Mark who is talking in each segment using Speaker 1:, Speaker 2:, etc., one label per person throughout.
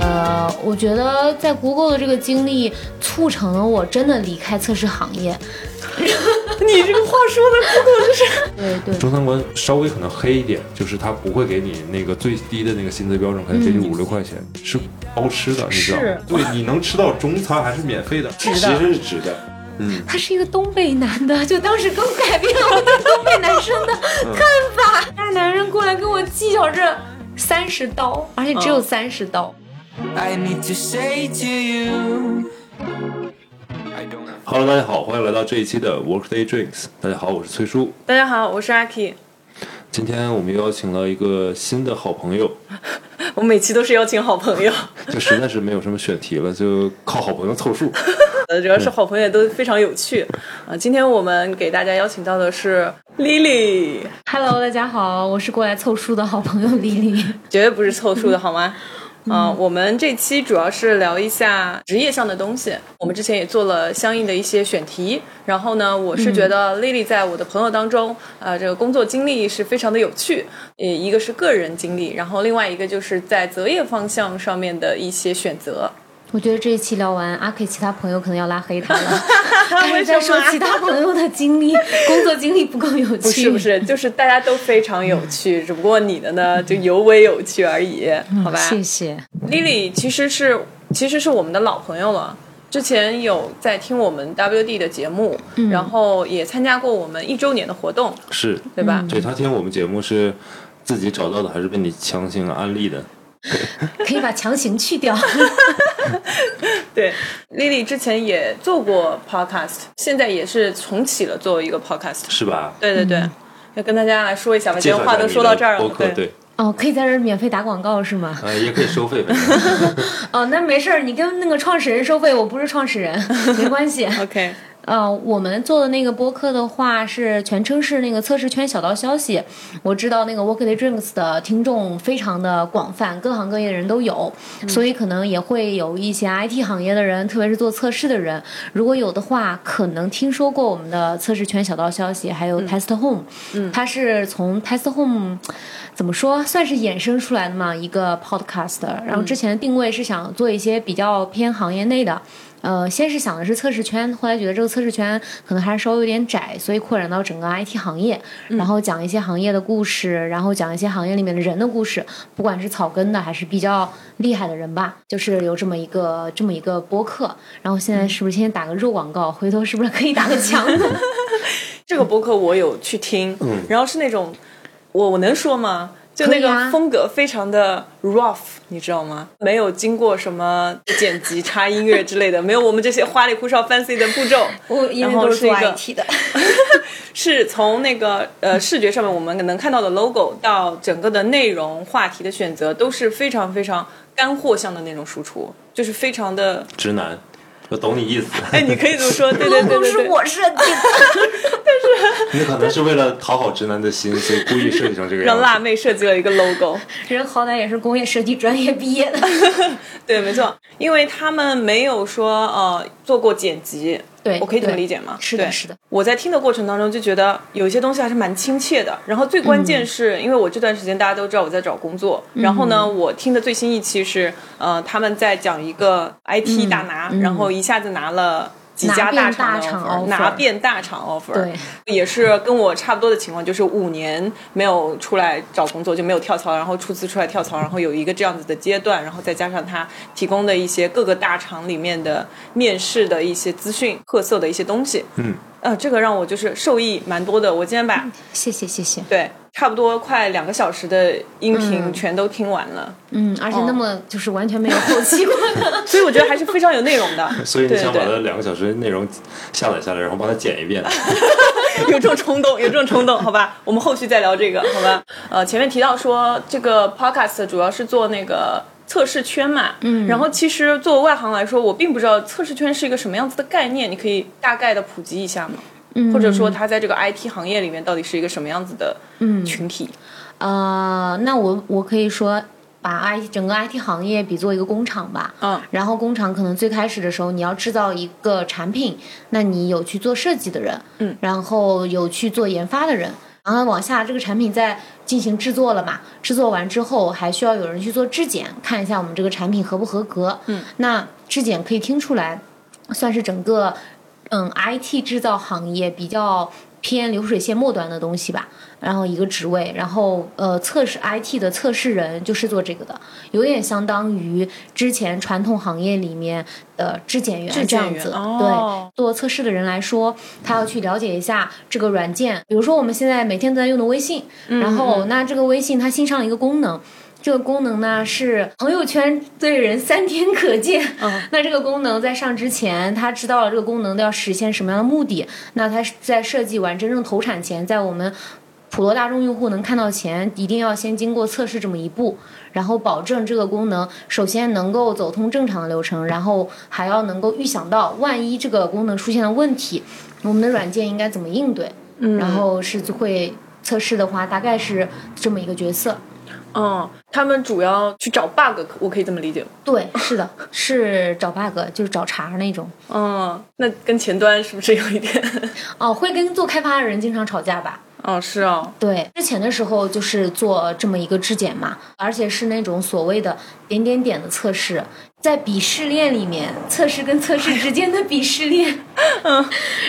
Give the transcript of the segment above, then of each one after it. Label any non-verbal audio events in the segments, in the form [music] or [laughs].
Speaker 1: 呃我觉得在 Google 的这个经历，促成了我真的离开测试行业。
Speaker 2: [laughs] 你这个话说的，Google 就是
Speaker 1: [laughs] 对对，
Speaker 3: 中餐馆稍微可能黑一点，就是它不会给你那个最低的那个薪资标准，可能接近五六块钱，是包吃的，你知道吗
Speaker 2: 嗯是？
Speaker 3: 对，你能吃到中餐还是免费的，
Speaker 2: 值
Speaker 3: 其
Speaker 2: 的
Speaker 3: 实是值的。嗯，
Speaker 1: 他是一个东北男的，就当时更改变了我对东北男生的
Speaker 2: 嗯
Speaker 1: 看法。大男人过来跟我计较这三十刀，而且只有
Speaker 2: 嗯
Speaker 1: 三十刀。
Speaker 4: I need to say to you. I don't know.
Speaker 3: Hello，大家好，欢迎来到这一期的 Workday Drinks。大家好，我是崔叔。
Speaker 2: 大家好，我是阿 K。
Speaker 3: 今天我们邀请了一个新的好朋友， [laughs]
Speaker 2: 我每期都是邀请好朋友， [laughs]
Speaker 3: 就实在是没有什么选题了，就靠好朋友凑
Speaker 2: [laughs]
Speaker 3: 数。
Speaker 2: 呃，主要是好朋友也都非常有趣啊。今天我们给大家邀请到的是 Lily，
Speaker 1: Hello，大家好，我是过来凑数的好朋友李李。
Speaker 2: 绝对不是凑数的好吗？啊、我们这期主要是聊一下职业上的东西。我们之前也做了相应的一些选题，然后呢，我是觉得 Lily 在我的朋友当中，呃，这个工作经历是非常的有趣。呃，一个是个人经历，然后另外一个就是在择业方向上面的一些选择。
Speaker 1: 我觉得这一期聊完，阿 K 其他朋友可能要拉黑他
Speaker 2: [laughs]
Speaker 1: 了，他是在
Speaker 2: 为什
Speaker 1: 说
Speaker 2: 么啊
Speaker 1: 其他朋友的经历、工作经历不够有趣，
Speaker 2: 不是不是，就是大家都非常有趣，只不过你的呢就尤为有趣而已，好吧？
Speaker 1: 嗯谢谢。
Speaker 2: Lily 其实是其实是我们的老朋友了，之前有在听我们 WD 的节目，
Speaker 1: 嗯
Speaker 2: 然后也参加过我们一周年的活动，
Speaker 3: 是，嗯
Speaker 2: 对吧？
Speaker 3: 对他听我们节目是自己找到的，还是被你强行安利的？
Speaker 1: 可以把强行去掉。 [laughs]
Speaker 2: 对，Lily 之前也做过 podcast，现在也是重启了作为一个 podcast。
Speaker 3: 是吧？
Speaker 2: 对对
Speaker 1: 嗯
Speaker 2: 对，要跟大家来说一下吧，
Speaker 3: 介
Speaker 2: 今
Speaker 3: 绍
Speaker 2: 天
Speaker 3: 一
Speaker 2: 话
Speaker 3: 下
Speaker 2: 都
Speaker 3: 你
Speaker 2: 说
Speaker 3: 的
Speaker 2: 到这儿
Speaker 3: 播
Speaker 2: 了，
Speaker 3: 客对，
Speaker 1: 哦，可以在这儿免费打广告是吗？
Speaker 3: 呃，也可以收费，反正
Speaker 2: 嗯
Speaker 1: 哦，那没事儿，你跟那个创始人收费，我不是创始
Speaker 2: [laughs]
Speaker 1: 人，没关系。
Speaker 2: OK，
Speaker 1: 呃，我们做的那个播客的话，是全称是那个测试圈小道消息。我知道那个 Workday Drinks 的听众非常的广泛，各行各业的人都有，
Speaker 2: 嗯
Speaker 1: 所以可能也会有一些 IT 行业的人，特别是做测试的人，如果有的话，可能听说过我们的测试圈小道消息，还有
Speaker 2: 嗯
Speaker 1: Test Home，、它是从 Test Home 怎么说，算是衍生出来的嘛一个 podcast。然后之前的定位是想做一些比较偏行业内的。呃，先是想的是测试圈，后来觉得这个测试圈可能还是稍微有点窄，所以扩展到整个 IT 行业，
Speaker 2: 嗯
Speaker 1: 然后讲一些行业的故事，然后讲一些行业里面的人的故事，不管是草根的还是比较厉害的人吧，就是有这么一个这么一个播客。然后现在是不是先打个肉广告，回头是不是可以打个
Speaker 2: [laughs]
Speaker 1: 墙？
Speaker 2: 这个播客我有去听，然后是那种我我能说吗？就那
Speaker 1: 可以啊
Speaker 2: 个风格非常的 rough，你知道吗？没有经过什么剪辑、插音乐之类的，没有我们这些花里胡哨、fancy 的步骤。
Speaker 1: 我因
Speaker 2: 然
Speaker 1: 为
Speaker 2: 后
Speaker 1: 都是
Speaker 2: 是一
Speaker 1: 做
Speaker 2: 个
Speaker 1: IT 的，
Speaker 2: [laughs] 是从那个呃视觉上面我们能看到的 logo 到整个的内容、话题的选择，都是非常非常干货向的那种输出，就是非常的。 [laughs]
Speaker 3: 直男，我懂你意思。
Speaker 2: 哎，你可以这么说，对对
Speaker 1: [laughs]
Speaker 2: 对
Speaker 1: 都
Speaker 2: 对
Speaker 1: 是
Speaker 2: 对。
Speaker 1: 我设计的。
Speaker 3: [laughs] 你可能是为了讨好直男的心，所以故意设计成这个样
Speaker 2: [laughs] 让
Speaker 3: 子。
Speaker 2: 辣妹设计了一个 logo，
Speaker 1: 人好歹也是工业设计专业毕业的，
Speaker 2: 对，没错，因为他们没有说呃做过剪辑，
Speaker 1: [laughs] 对
Speaker 2: 我可以这么
Speaker 1: 对
Speaker 2: 理解吗？
Speaker 1: 是的
Speaker 2: 对
Speaker 1: 是的。
Speaker 2: 我在听的过程当中就觉得有一些东西还是蛮亲切的。然后最关键
Speaker 1: 嗯
Speaker 2: 是、因为我这段时间大家都知道我在找工作，然后呢，
Speaker 1: 嗯
Speaker 2: 我听的最新一期是呃他们在讲一个 IT 大拿，然后一下子拿了。几家
Speaker 1: 嗯拿遍
Speaker 2: 厂
Speaker 1: 大
Speaker 2: 的
Speaker 1: 厂 offer
Speaker 2: 拿遍大厂 offer，
Speaker 1: 对，
Speaker 2: 也是跟我差不多的情况，就是五年没有出来找工作，就没有跳槽，然后初次出来跳槽，然后有一个这样子的阶段，然后再加上他提供的一些各个大厂里面的面试的一些资讯、特色的一些东西，
Speaker 3: 嗯，。
Speaker 2: 呃，这个让我就是受益蛮多的。我今天把
Speaker 1: 谢谢谢谢。
Speaker 2: 对差不多快两个小时的音频
Speaker 1: 嗯
Speaker 2: 全都听完了，
Speaker 1: 嗯，
Speaker 2: 哦
Speaker 1: 而且那么就是完全没有后期过的。
Speaker 2: [laughs] 所以我觉得还是非常有内容 [laughs] 的
Speaker 3: 所以你想把
Speaker 2: 对
Speaker 3: 它两个小时内容下载下来，然后帮它剪一遍。
Speaker 2: 对 [laughs] 有这种冲动，有这种冲动，好吧，我们后续再聊这个，好吧。呃，前面提到说这个 podcast 主要是做那个。测试圈嘛，嗯，然后其实作为外行来说，我并不知道测试圈是一个什么样子的概念，你可以大概的普及一下吗？嗯，或者说它在这个 IT 行业里面到底是一个什么样子的群体？
Speaker 1: 呃，那我我可以说。把 IT 整个 IT 行业比作一个工厂吧，
Speaker 2: 嗯
Speaker 1: 然后工厂可能最开始的时候，你要制造一个产品，那你有去做设计的人，嗯，然后有去做研发的人，然后往下这个产品再进行制作了嘛，制作完之后还需要有人去做质检，看一下我们这个产品合不合格。嗯，那质检可以听出来，算是整个嗯 IT 制造行业比较偏流水线末端的东西吧。然后一个职位，然后呃，测试 IT 的测试人就是做这个的，有点相当于之前传统行业里面的质检员
Speaker 2: 质
Speaker 1: 这
Speaker 2: 检
Speaker 1: 样
Speaker 2: 员
Speaker 1: 子。
Speaker 2: 哦
Speaker 1: 对，做测试的人来说，他要去了解一下这个软件，比如说我们现在每天都在用的微信，然后那这个微信它新上了一个功能。这个功能呢是朋友圈对人三天可见。那这个功能在上之前，他知道了这个功能要实现什么样的目的，那他在设计完真正投产前，在我们普罗大众用户能看到前，一定要先经过测试这么一步，然后保证这个功能首先能够走通正常的流程，然后还要能够预想到万一这个功能出现了问题，我们的软件应该怎么应对。嗯，然后是就会测试的话，大概是这么一个角色。
Speaker 2: 嗯，他们主要去找 bug，我可以这么理解吗。
Speaker 1: 对，是的，是找 bug，就是找茬儿那种。
Speaker 2: 嗯，那跟前端是不是有一点？
Speaker 1: 哦，会跟做开发的人经常吵架吧？
Speaker 2: 哦，
Speaker 3: [laughs]
Speaker 2: 是哦，
Speaker 1: 对，之前的时候就是做这么一个质检嘛，而且是那种所谓的点点点的测试，在鄙视链里面，测试跟测试之间的鄙视链， [laughs]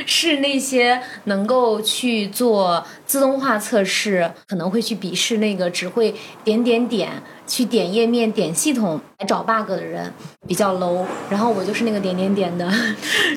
Speaker 1: 是那些能够去做自动化测试，可能会去鄙视那个只会点点点去点页面、点系统来找 bug 的人比较 low，然后我就是那个点点点的，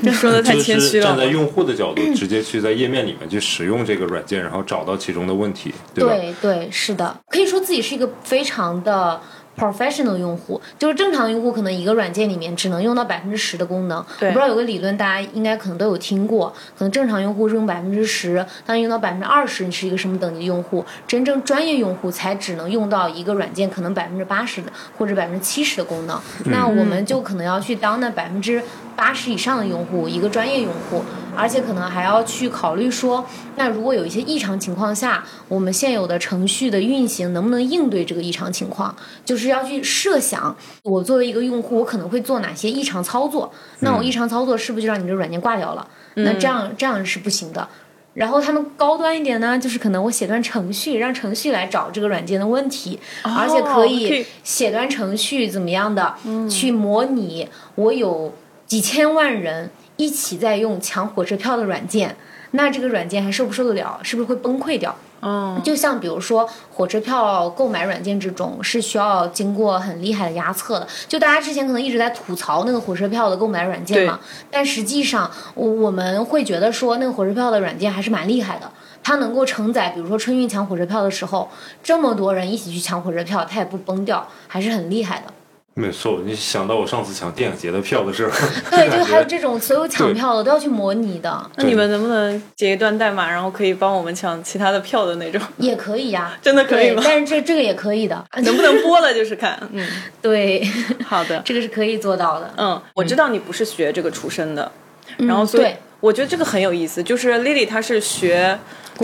Speaker 2: 你说 [laughs] 的太
Speaker 3: 就
Speaker 2: 谦虚
Speaker 3: 是
Speaker 2: 了
Speaker 3: 站。在用户的角
Speaker 2: [laughs]
Speaker 3: 度，直接去在页面里面去使用这个软件，然后找到其中的问题，对吧？
Speaker 1: 对对，是的，可以说自己是一个非常的 professional 用户，就是正常用户可能一个软件里面只能用到百分之十的功能。我
Speaker 2: 对
Speaker 1: 不知道有个理论，大家应该可能都有听过，可能正常用户是用百分之十，但用到百分之二十，你是一个什么等级用户？真正专业用户才只能用到一个软件可能百分之八十的或者百分之七十的功能。
Speaker 3: 嗯
Speaker 1: 那我们就可能要去当那百分之八十以上的用户，一个专业用户，而且可能还要去考虑说，那如果有一些异常情况下，我们现有的程序的运行能不能应对这个异常情况，就是要去设想，我作为一个用户，我可能会做哪些异常操作，那我异常操作是不是就让你这软件挂掉了？那这样这样是不行的。然后他们高端一点呢，就是可能我写段程序，让程序来找这个软件的问题，而且可
Speaker 2: 可
Speaker 1: 以
Speaker 2: 以
Speaker 1: 写段程序怎么样的，去模拟我有几千万人一起在用抢火车票的软件，那这个软件还受不受得了？是不是会崩溃掉？
Speaker 2: 嗯，
Speaker 1: 就像比如说火车票购买软件之中是需要经过很厉害的压测的，就大家之前可能一直在吐槽那个火车票的购买软件嘛，但实际上我我们会觉得说那个火车票的软件还是蛮厉害的。它能够承载，比如说春运抢火车票的时候，这么多人一起去抢火车票，它也不崩掉，还是很厉害的。
Speaker 3: 没错，你想到我上次抢电影节的票的时
Speaker 2: [laughs]
Speaker 3: 候， [laughs]
Speaker 1: 对，
Speaker 3: 感
Speaker 1: 就
Speaker 3: 觉
Speaker 1: 还有这种所有抢
Speaker 3: 对
Speaker 1: 票的都要去模拟的，
Speaker 2: 那你们能不能截一段代码，然后可以帮我们抢其他的票的那种？ [laughs]
Speaker 1: 也可以呀、
Speaker 2: 真的可以
Speaker 1: 对
Speaker 2: 吗
Speaker 1: 但是这这个也可以的，
Speaker 2: [laughs] 能不能播了就是看？嗯，
Speaker 1: [laughs] 对， [laughs]
Speaker 2: 好的。
Speaker 1: 这个是可以做到的。
Speaker 2: 嗯，我知道你不是学这个出身的，然后所以
Speaker 1: 对
Speaker 2: 我觉得这个很有意思。就是 Lily 她是学
Speaker 1: 业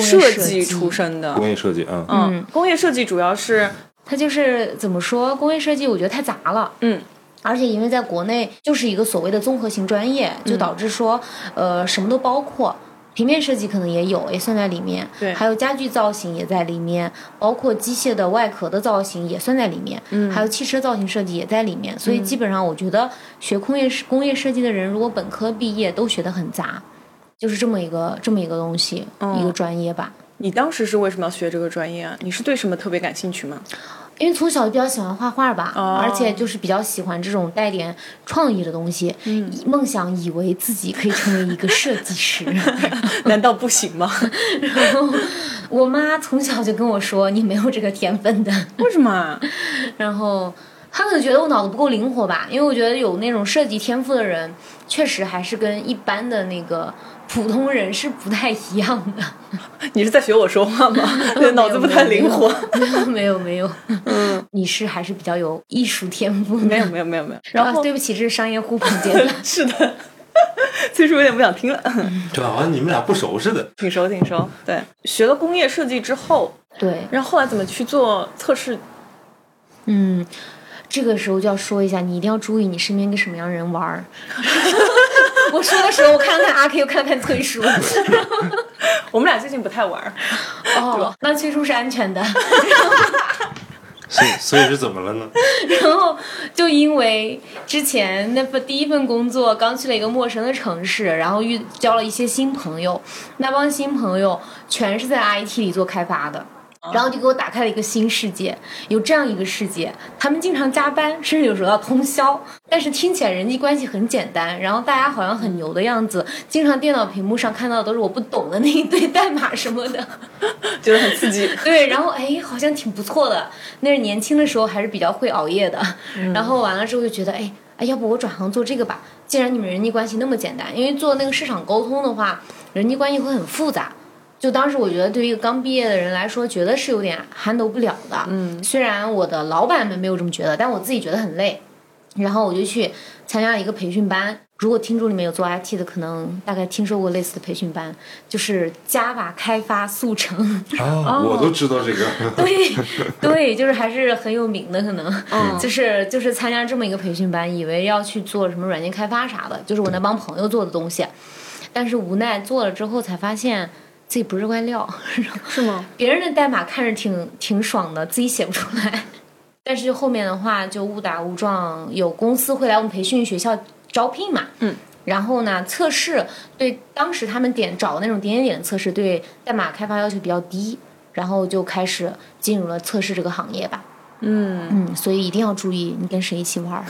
Speaker 2: 设
Speaker 1: 设
Speaker 2: 计
Speaker 1: 计
Speaker 2: 出身的，
Speaker 3: 工业设计啊，
Speaker 2: 嗯，工业设计主要是
Speaker 1: 它就是怎么说，工业设计我觉得太杂了，
Speaker 2: 嗯。
Speaker 1: 而且因为在国内就是一个所谓的综合型专业，
Speaker 2: 嗯
Speaker 1: 就导致说，呃，什么都包括。平面设计可能也有，也算在里面。
Speaker 2: 对
Speaker 1: 还有家具造型也在里面，包括机械的外壳的造型也算在里面。嗯，还有汽车造型设计也在里面。所
Speaker 2: 嗯
Speaker 1: 以基本上我觉得学工业工业设计的人，如果本科毕业都学得很杂，就是这么一个这么一个东西，
Speaker 2: 嗯
Speaker 1: 一个专业吧。
Speaker 2: 你当时是为什么要学这个专业啊？你是对什么特别感兴趣 [laughs] 吗？
Speaker 1: 因为从小就比较喜欢画画吧，
Speaker 2: 哦
Speaker 1: 而且就是比较喜欢这种带点创意的东西，
Speaker 2: 嗯
Speaker 1: 以梦想以为自己可以成为一个设计师。 [laughs]
Speaker 2: 难道不行 [laughs] 吗？
Speaker 1: 然后我妈从小就跟我说：“你没有这个天分的。
Speaker 2: 为什么啊？”
Speaker 1: 然后她可能觉得我脑子不够灵活吧，因为我觉得有那种设计天赋的人，确实还是跟一般的那个普通人是不太一样的。
Speaker 2: 你是在学我说话 [laughs] 吗？对，脑子不太灵活。
Speaker 1: 没有没有没有，嗯， [laughs] 你是还是比较有艺术天赋的。
Speaker 2: [laughs] 没有没有没有没有，啊
Speaker 1: 然后、对不起，这是商业互捧阶段。
Speaker 2: 是的， [laughs] 崔叔有点不想听了。
Speaker 3: 这啊好像你们俩不熟似的。
Speaker 2: 挺熟挺熟，对，学了工业设计之后，
Speaker 1: 对，
Speaker 2: 然后后来怎么去做测试？ [laughs]
Speaker 1: 嗯，这个时候就要说一下，你一定要注意你身边跟什么样的人玩儿。 [laughs] 我说的时候，我看看阿 Q，看看崔叔。
Speaker 2: 我们俩最近不太玩儿，
Speaker 1: [laughs] 哦，那崔叔是安全的。
Speaker 3: 所以 [laughs] 所以是怎么了呢？
Speaker 1: 然后就因为之前那份第一份工作，刚去了一个陌生的城市，然后遇交了一些新朋友，那帮新朋友全是在 IT 里做开发的。然后就给我打开了一个新世界，有这样一个世界，他们经常加班，甚至有时候要通宵，但是听起来人际关系很简单，然后大家好像很牛的样子，经常电脑屏幕上看到的都是我不懂的那一堆代码什么的，
Speaker 2: 觉得很刺激。
Speaker 1: [laughs]
Speaker 2: [laughs]
Speaker 1: 对，然后哎，好像挺不错的。那是年轻的时候还是比较会熬夜的，然后完了之后就觉得，哎，哎，要不我转行做这个吧？既然你们人际关系那么简单，因为做那个市场沟通的话，人际关系会很复杂。就当时我觉得，对于一个刚毕业的人来说，觉得是有点handle 不了的。嗯，虽然我的老板们没有这么觉得，但我自己觉得很累。然后我就去参加了一个培训班。如果听众里面有做 IT 的，可能大概听说过类似的培训班，就是 Java 开发速成。
Speaker 3: 啊，
Speaker 2: 哦
Speaker 3: 我都知道这个。
Speaker 2: [laughs]
Speaker 1: 对 [laughs] 对，就是还是很有名的，可能，[laughs]
Speaker 2: 嗯
Speaker 1: 就是就是参加这么一个培训班，以为要去做什么软件开发啥的，就是我那帮朋友做的东西，但是无奈做了之后才发现自己不是块料， [laughs]
Speaker 2: 是吗？
Speaker 1: 别人的代码看着挺挺爽的，自己写不出来。但是后面的话就误打误撞，有公司会来我们培训学校招聘嘛，嗯，然后呢，测试对当时他们点找那种点点点的测试，对代码开发要求比较低，然后就开始进入了测试这个行业吧。嗯嗯，所以一定要注意你跟谁一起玩儿。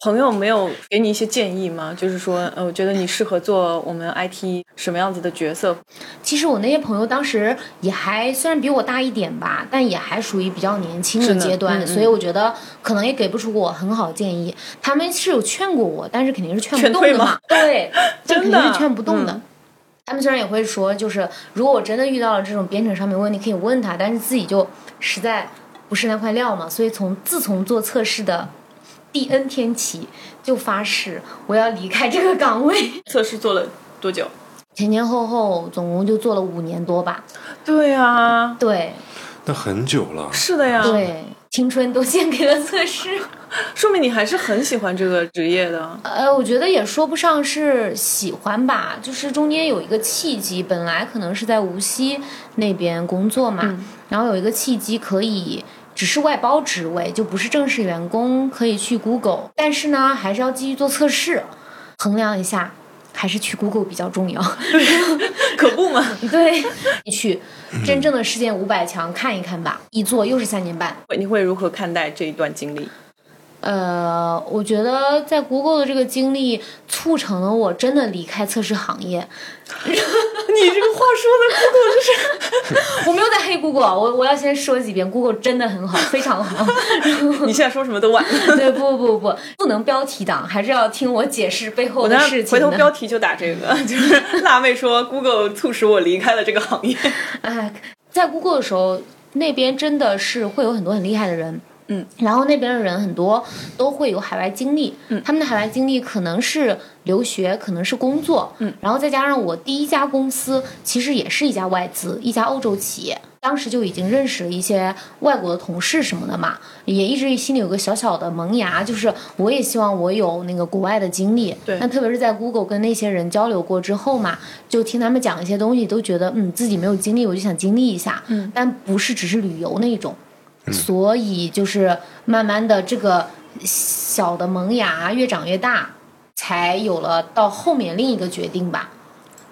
Speaker 2: 朋友没有给你一些建议吗？就是说，呃，我觉得你适合做我们 IT 什么样子的角色？
Speaker 1: 其实我那些朋友当时也还虽然比我大一点吧，但也还属于比较年轻的
Speaker 2: 的
Speaker 1: 阶段，
Speaker 2: 嗯嗯
Speaker 1: 所以我觉得可能也给不出我很好的建议。他们是有劝过我，但是肯定是劝不
Speaker 2: 劝
Speaker 1: 动
Speaker 2: 退
Speaker 1: 的嘛
Speaker 2: 吗， [laughs]
Speaker 1: 对，但
Speaker 2: 真
Speaker 1: 肯
Speaker 2: 的嗯
Speaker 1: 定是劝不动的。他们虽然也会说，就是如果我真的遇到了这种编程上面问题，可以问他，但是自己就实在不是那块料嘛，所以从自从做测试的第 N 天起，就发誓我要离开这个岗位。 [laughs]
Speaker 2: 测试做了多久？
Speaker 1: 前前后后总共就做了五年多吧，
Speaker 2: 对呀、
Speaker 1: 对
Speaker 3: 那很久了，
Speaker 2: 是的呀，
Speaker 1: 啊对，青春都献给了测试。
Speaker 2: 说明你还是很喜欢这个职业的。 [laughs]
Speaker 1: 呃，我觉得也说不上是喜欢吧，就是中间有一个契机，本来可能是在无锡那边工作嘛，然后有一个契机可以。只是外包职位，就不是正式员工，可以去 Google，但是呢，还是要继续做测试，衡量一下，还是去 Google 比较重要。
Speaker 2: 可不嘛， [laughs]
Speaker 1: 对，去真正的世界五百强看一看吧，一做又是三年半，
Speaker 2: 你会如何看待这一段经历？ [laughs]
Speaker 1: 呃，我觉得在 Google 的这个经历促成了我真的离开测试行业。 [laughs]
Speaker 2: 你这个话说的，
Speaker 1: 我没有在黑 Google，我我要先说几遍，Google 真的很好，非常好。
Speaker 2: [laughs] [laughs] 你现在说什么都晚了。
Speaker 1: [laughs] 对，不不不不，不能标题党，还是要听我解释背后
Speaker 2: 我
Speaker 1: 的
Speaker 2: 当
Speaker 1: 事
Speaker 2: 时
Speaker 1: 情
Speaker 2: 回头
Speaker 1: 的
Speaker 2: 标题就打这个， [laughs] 就是辣妹说 Google 促使我离开了这
Speaker 1: [laughs]
Speaker 2: 个行业。
Speaker 1: 哎，在 Google 的时候，那边真的是会有很多很厉害的人。
Speaker 2: 嗯，
Speaker 1: 然后那边的人很多都会有海外经历，嗯，他们的海外经历可能是留学，可能是工作，嗯，然后再加上我第一家公司其实也是一家外资，一家欧洲企业，当时就已经认识了一些外国的同事什么的嘛，也一直心里有个小小的萌芽，就是我也希望我有那个国外的经历，
Speaker 2: 对
Speaker 1: 那特别是在 Google 跟那些人交流过之后嘛，就听他们讲一些东西，都觉得嗯自己没有经历，我就想经历一下，嗯，但不是只是旅游那种，所以就是慢慢的这个小的萌芽越长越大，才有了到后面另一个决定吧，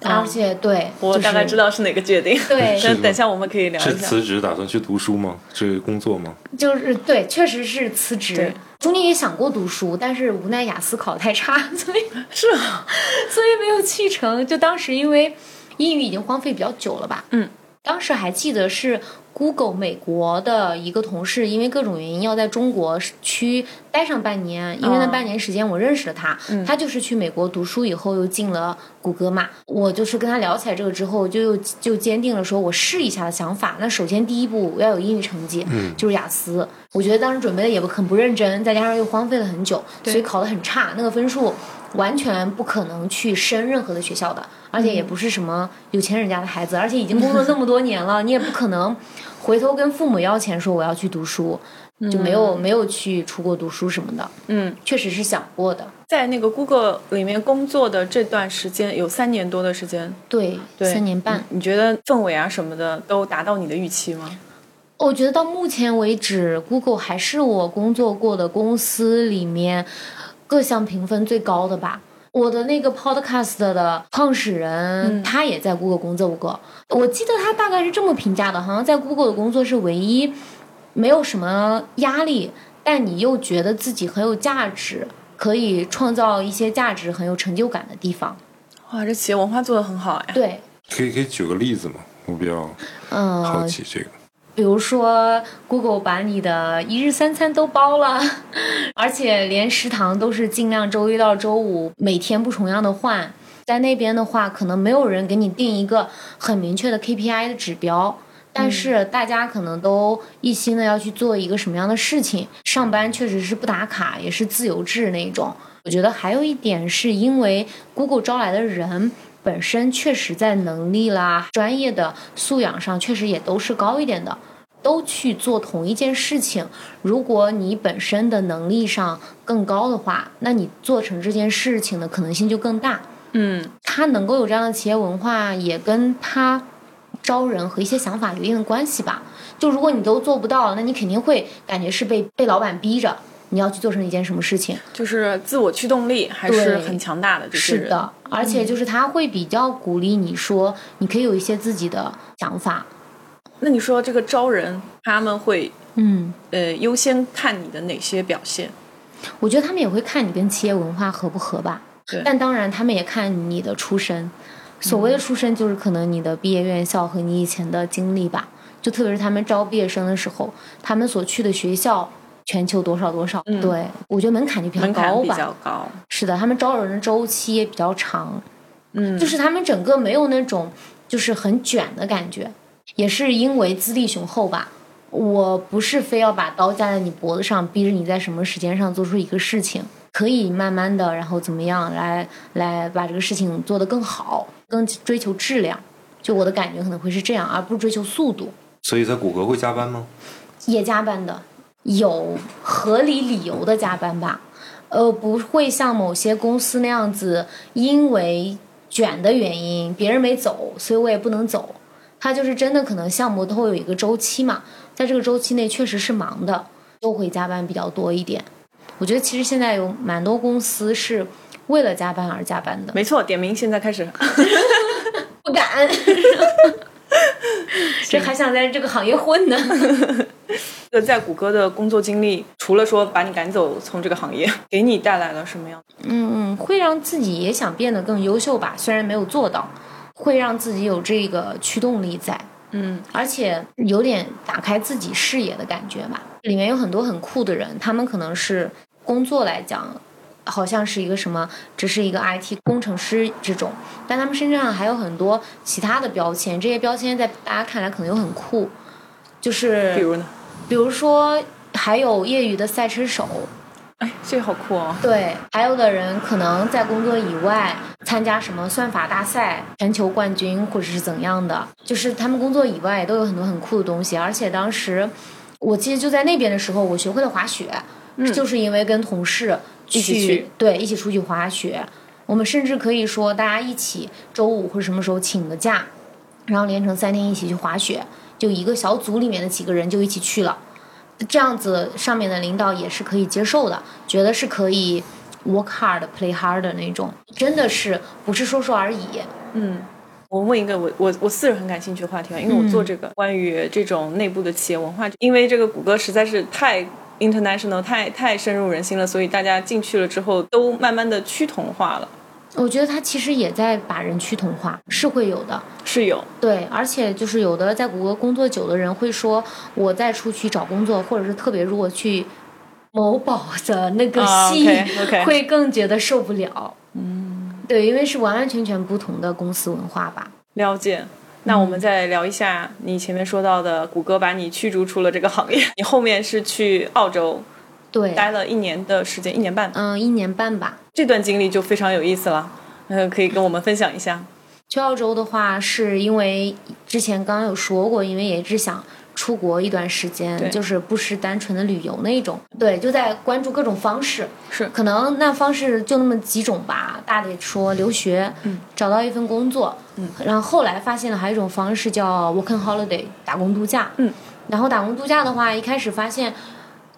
Speaker 1: 而且对，
Speaker 2: 啊我大概知
Speaker 1: 道，
Speaker 2: 道是哪个决定。
Speaker 1: 对，
Speaker 2: 但等一下我们可以聊
Speaker 3: 是
Speaker 2: 一下。
Speaker 3: 辞职打算去读书吗？是工作吗？
Speaker 1: 就是对，确实是辞职
Speaker 2: 对。
Speaker 1: 中间也想过读书，但是无奈雅思考得太差，所以
Speaker 2: 是啊，
Speaker 1: [laughs] 所以没有去成。就当时因为英语已经荒废比较久了吧，
Speaker 2: 嗯，
Speaker 1: 当时还记得是 Google 美国的一个同事，因为各种原因要在中国区待上半年，因为那
Speaker 2: 哦
Speaker 1: 半年时间我认识了他，他就是去美国读书以后又进了谷歌嘛，我就是跟他聊起来这个之后，就又就坚定了说我试一下的想法。那首先第一步我要有英语成绩，嗯，就是雅思。我觉得当时准备的也很不认真，再加上又荒废了很久，所以考得很差，那个分数完全不可能去升任何的学校的，而且也不是什么有钱人家的孩子，而且已经工作那么多年了，你也不可能回头跟父母要钱说我要去读书。就没有、没有去出国读书什么的。嗯，确实是想过的。
Speaker 2: 在那个 Google 里面工作的这段时间，有三年多的时间，
Speaker 1: 对，
Speaker 2: 对
Speaker 1: 三年半。
Speaker 2: 你，你觉得氛围啊什么的都达到你的预期吗？
Speaker 1: 我觉得到目前为止，Google 还是我工作过的公司里面各项评分最高的吧。我的那个 podcast 的创始人，他也在 Google 工作过。我记得他大概是这么评价的，好像在 Google 的工作是唯一没有什么压力，但你又觉得自己很有价值，可以创造一些价值、很有成就感的地方。
Speaker 2: 哇，这企业文化做的很好哎。
Speaker 1: 对，
Speaker 5: 可以可以举个例子吗？我比较
Speaker 1: 嗯、
Speaker 5: 好奇这个。
Speaker 1: 比如说，Google 把你的一日三餐都包了， [laughs] 而且连食堂都是尽量周一到周五每天不重样的换。在那边的话，可能没有人给你定一个很明确的 KPI 的指标，但是大家可能都一心的要去做一个什么样的事情。上班确实是不打卡，也是自由制那种。我觉得还有一点是因为 Google 招来的人本身确实在能力啦、专业的素养上，确实也都是高一点的。都去做同一件事情，如果你本身的能力上更高的话，那你做成这件事情的可能性就更大。
Speaker 2: 嗯，
Speaker 1: 他能够有这样的企业文化，也跟他招人和一些想法有一定的关系吧。就如果你都做不到，那你肯定会感觉是被被老板逼着，你要去做成一件什么事情。
Speaker 2: 就是自我驱动力还是
Speaker 1: 对
Speaker 2: 很强大的。这些
Speaker 1: 是
Speaker 2: 人，
Speaker 1: 的，而且就是他会比较鼓励你说，你可以有一些自己的想法。
Speaker 2: 那你说这个招人，他们会
Speaker 1: 嗯，
Speaker 2: 呃优先看你的哪些表现？
Speaker 1: 我觉得他们也会看你跟企业文化合不合吧。
Speaker 2: 对嗯
Speaker 1: 但当然他们也看你的出身。所谓的出身，就是可能你的毕业院校和你以前的经历吧。就特别是他们招毕业生的时候，他们所去的学校，全球多少多少。对，我觉得门槛就比较
Speaker 2: 嗯门槛
Speaker 1: 高
Speaker 2: 比
Speaker 1: 吧。
Speaker 2: 较高。
Speaker 1: 是的，他们招人的周期也比较长，
Speaker 2: 嗯，
Speaker 1: 就是他们整个没有那种就是很卷的感觉，也是因为资历雄厚吧。我不是非要把刀架在你脖子上，逼着你在什么时间上做出一个事情，可以慢慢的，然后怎么样来来把这个事情做得更好，更追求质量。就我的感觉可能会是这样，而不是追求速度。
Speaker 5: 所以在谷歌会加班吗？
Speaker 1: 也加班的，有合理理由的加班吧，呃，不会像某些公司那样子，因为卷的原因，别人没走，所以我也不能走。他就是真的可能项目都会有一个周期嘛，在这个周期内确实是忙的，都会加班比较多一点。我觉得其实现在有蛮多公司是为了加班而加班的，
Speaker 2: 没错，点名现在开始。
Speaker 1: 不敢， [laughs] 这还想在这个行业混呢。
Speaker 2: 这个在谷歌的工作经历，除了说把你赶走从这个行业， [laughs] 给你带来了什么样？
Speaker 1: 嗯，会让自己也想变得更优秀吧，虽然没有做到，会让自己有这个驱动力在，
Speaker 2: 嗯，
Speaker 1: 而且有点打开自己视野的感觉吧。里面有很多很酷的人，他们可能是工作来讲，好像是一个什么，只是一个 IT 工程师这种，但他们身上还有很多其他的标签，这些标签在大家看来可能又很酷，就是
Speaker 2: 比如呢？
Speaker 1: 比如说还有业余的赛车手，
Speaker 2: 哎，这个好酷哦！
Speaker 1: 对，还有的人可能在工作以外参加什么算法大赛、全球冠军或者是怎样的，就是他们工作以外都有很多很酷的东西。而且当时我记得就在那边的时候，我学会了滑雪，就是因为跟同事去
Speaker 2: 嗯起去
Speaker 1: 对一起出去滑雪。我们甚至可以说大家一起周五或者什么时候请个假，然后连成三天一起去滑雪，就一个小组里面的几个人就一起去了。这样子上面的领导也是可以接受的，觉得是可以 work hard play hard 的那种，真的是不是说说而已。
Speaker 2: 我问一个我我我私人很感兴趣的话题啊，因为我做这个关于这种内部的企业文化，因为这个谷歌实在是太 international，太太深入人心了，所以大家进去了之后都慢慢的趋同化了，
Speaker 1: 我觉得他其实也在把人趋同化，是会有的。
Speaker 2: 是有
Speaker 1: 对，而且就是有的在谷歌工作久的人会说，我再出去找工作，或者是特别如果去某宝的那个
Speaker 2: 啊
Speaker 1: 系
Speaker 2: OK，OK
Speaker 1: 会更觉得受不了。嗯，对，因为是完完全全不同的公司文化吧。
Speaker 2: 了解。那我们再聊一下你前面说到的，谷歌把你驱逐出了这个行业，你后面是去澳洲
Speaker 1: 对，
Speaker 2: 待了一年的时间，一年半，
Speaker 1: 嗯，一年半吧。
Speaker 2: 这段经历就非常有意思了，呃，可以跟我们分享一下。
Speaker 1: 去澳洲的话，是因为之前刚刚有说过，因为也是想出国一段时
Speaker 2: 对
Speaker 1: 间，就是不是单纯的旅游那一种，对，就在关注各种方式，
Speaker 2: 是
Speaker 1: 可能那方式就那么几种吧，大得说留学，嗯，找到一份工作，嗯，然后后来发现了还有一种方式叫 work and holiday，打工度假，
Speaker 2: 嗯，
Speaker 1: 然后打工度假的话，一开始发现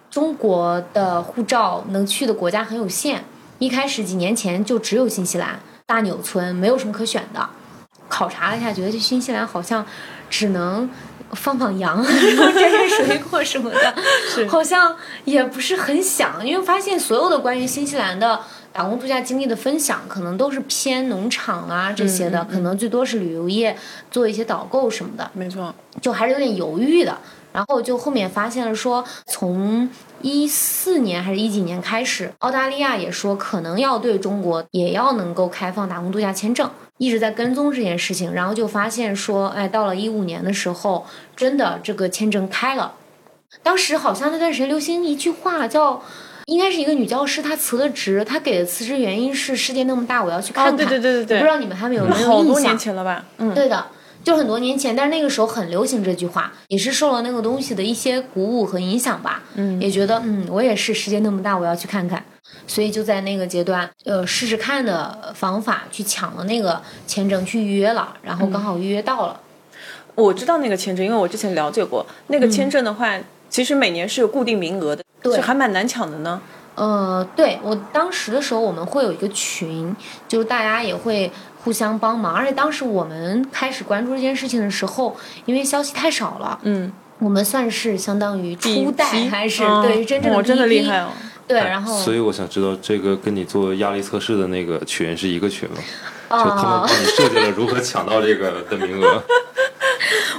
Speaker 1: 中国的护照能去的国家很有限，一开始几年前就只有新西兰、大纽村，没有什么可选的。考察了一下，觉得这新西兰好像只能放放羊、种摘摘水果什么的，好像也不是很想，因为发现所有的关于新西兰的打工度假经历的分享，可能都是偏农场啊这些的，可能最多是旅游业做一些导购什么的。
Speaker 2: 没错，
Speaker 1: 就还是有点犹豫的。然后就后面发现了说，从一四年还是一几年开始，澳大利亚也说可能要对中国也要能够开放打工度假签证，一直在跟踪这件事情。然后就发现说，哎，到了一五年的时候，真的这个签证开了。当时好像那段时间流行一句话叫。应该是一个女教师，她辞了职，她给的辞职原因是世界那么大，我要去看看。
Speaker 2: 哦对对对对对
Speaker 1: 我不知道你们还没有没有印象？
Speaker 2: 好多年前了吧？嗯，
Speaker 1: 对的，就很多年前，但是那个时候很流行这句话，也是受了那个东西的一些鼓舞和影响吧。嗯，也觉得嗯，我也是世界那么大，我要去看看。所以就在那个阶段，呃，试试看的方法去抢了那个签证，去预约了，然后刚好预约到了。
Speaker 2: 我知道那个签证，因为我之前了解过那个签证的话，其实每年是有固定名额
Speaker 1: 嗯
Speaker 2: 的，
Speaker 1: 对
Speaker 2: 就还蛮难抢的呢。
Speaker 1: 呃，对我当时的时候，我们会有一个群，就是大家也会互相帮忙。而且当时我们开始关注这件事情的时候，因为消息太少了，
Speaker 2: 嗯，
Speaker 1: 我们算是相当于初代
Speaker 2: 第一批
Speaker 1: 还是、
Speaker 2: 嗯
Speaker 1: 对真正
Speaker 2: 哦
Speaker 1: 的
Speaker 2: 真的
Speaker 1: 第一
Speaker 2: 厉
Speaker 1: 批
Speaker 2: 害哦。
Speaker 1: 对，然后
Speaker 5: 所以我想知道，这个跟你做压力测试的那个群是一个群吗？就他们
Speaker 1: 啊
Speaker 5: 帮，你设计了如何抢到这个的名
Speaker 1: [laughs]
Speaker 5: 额。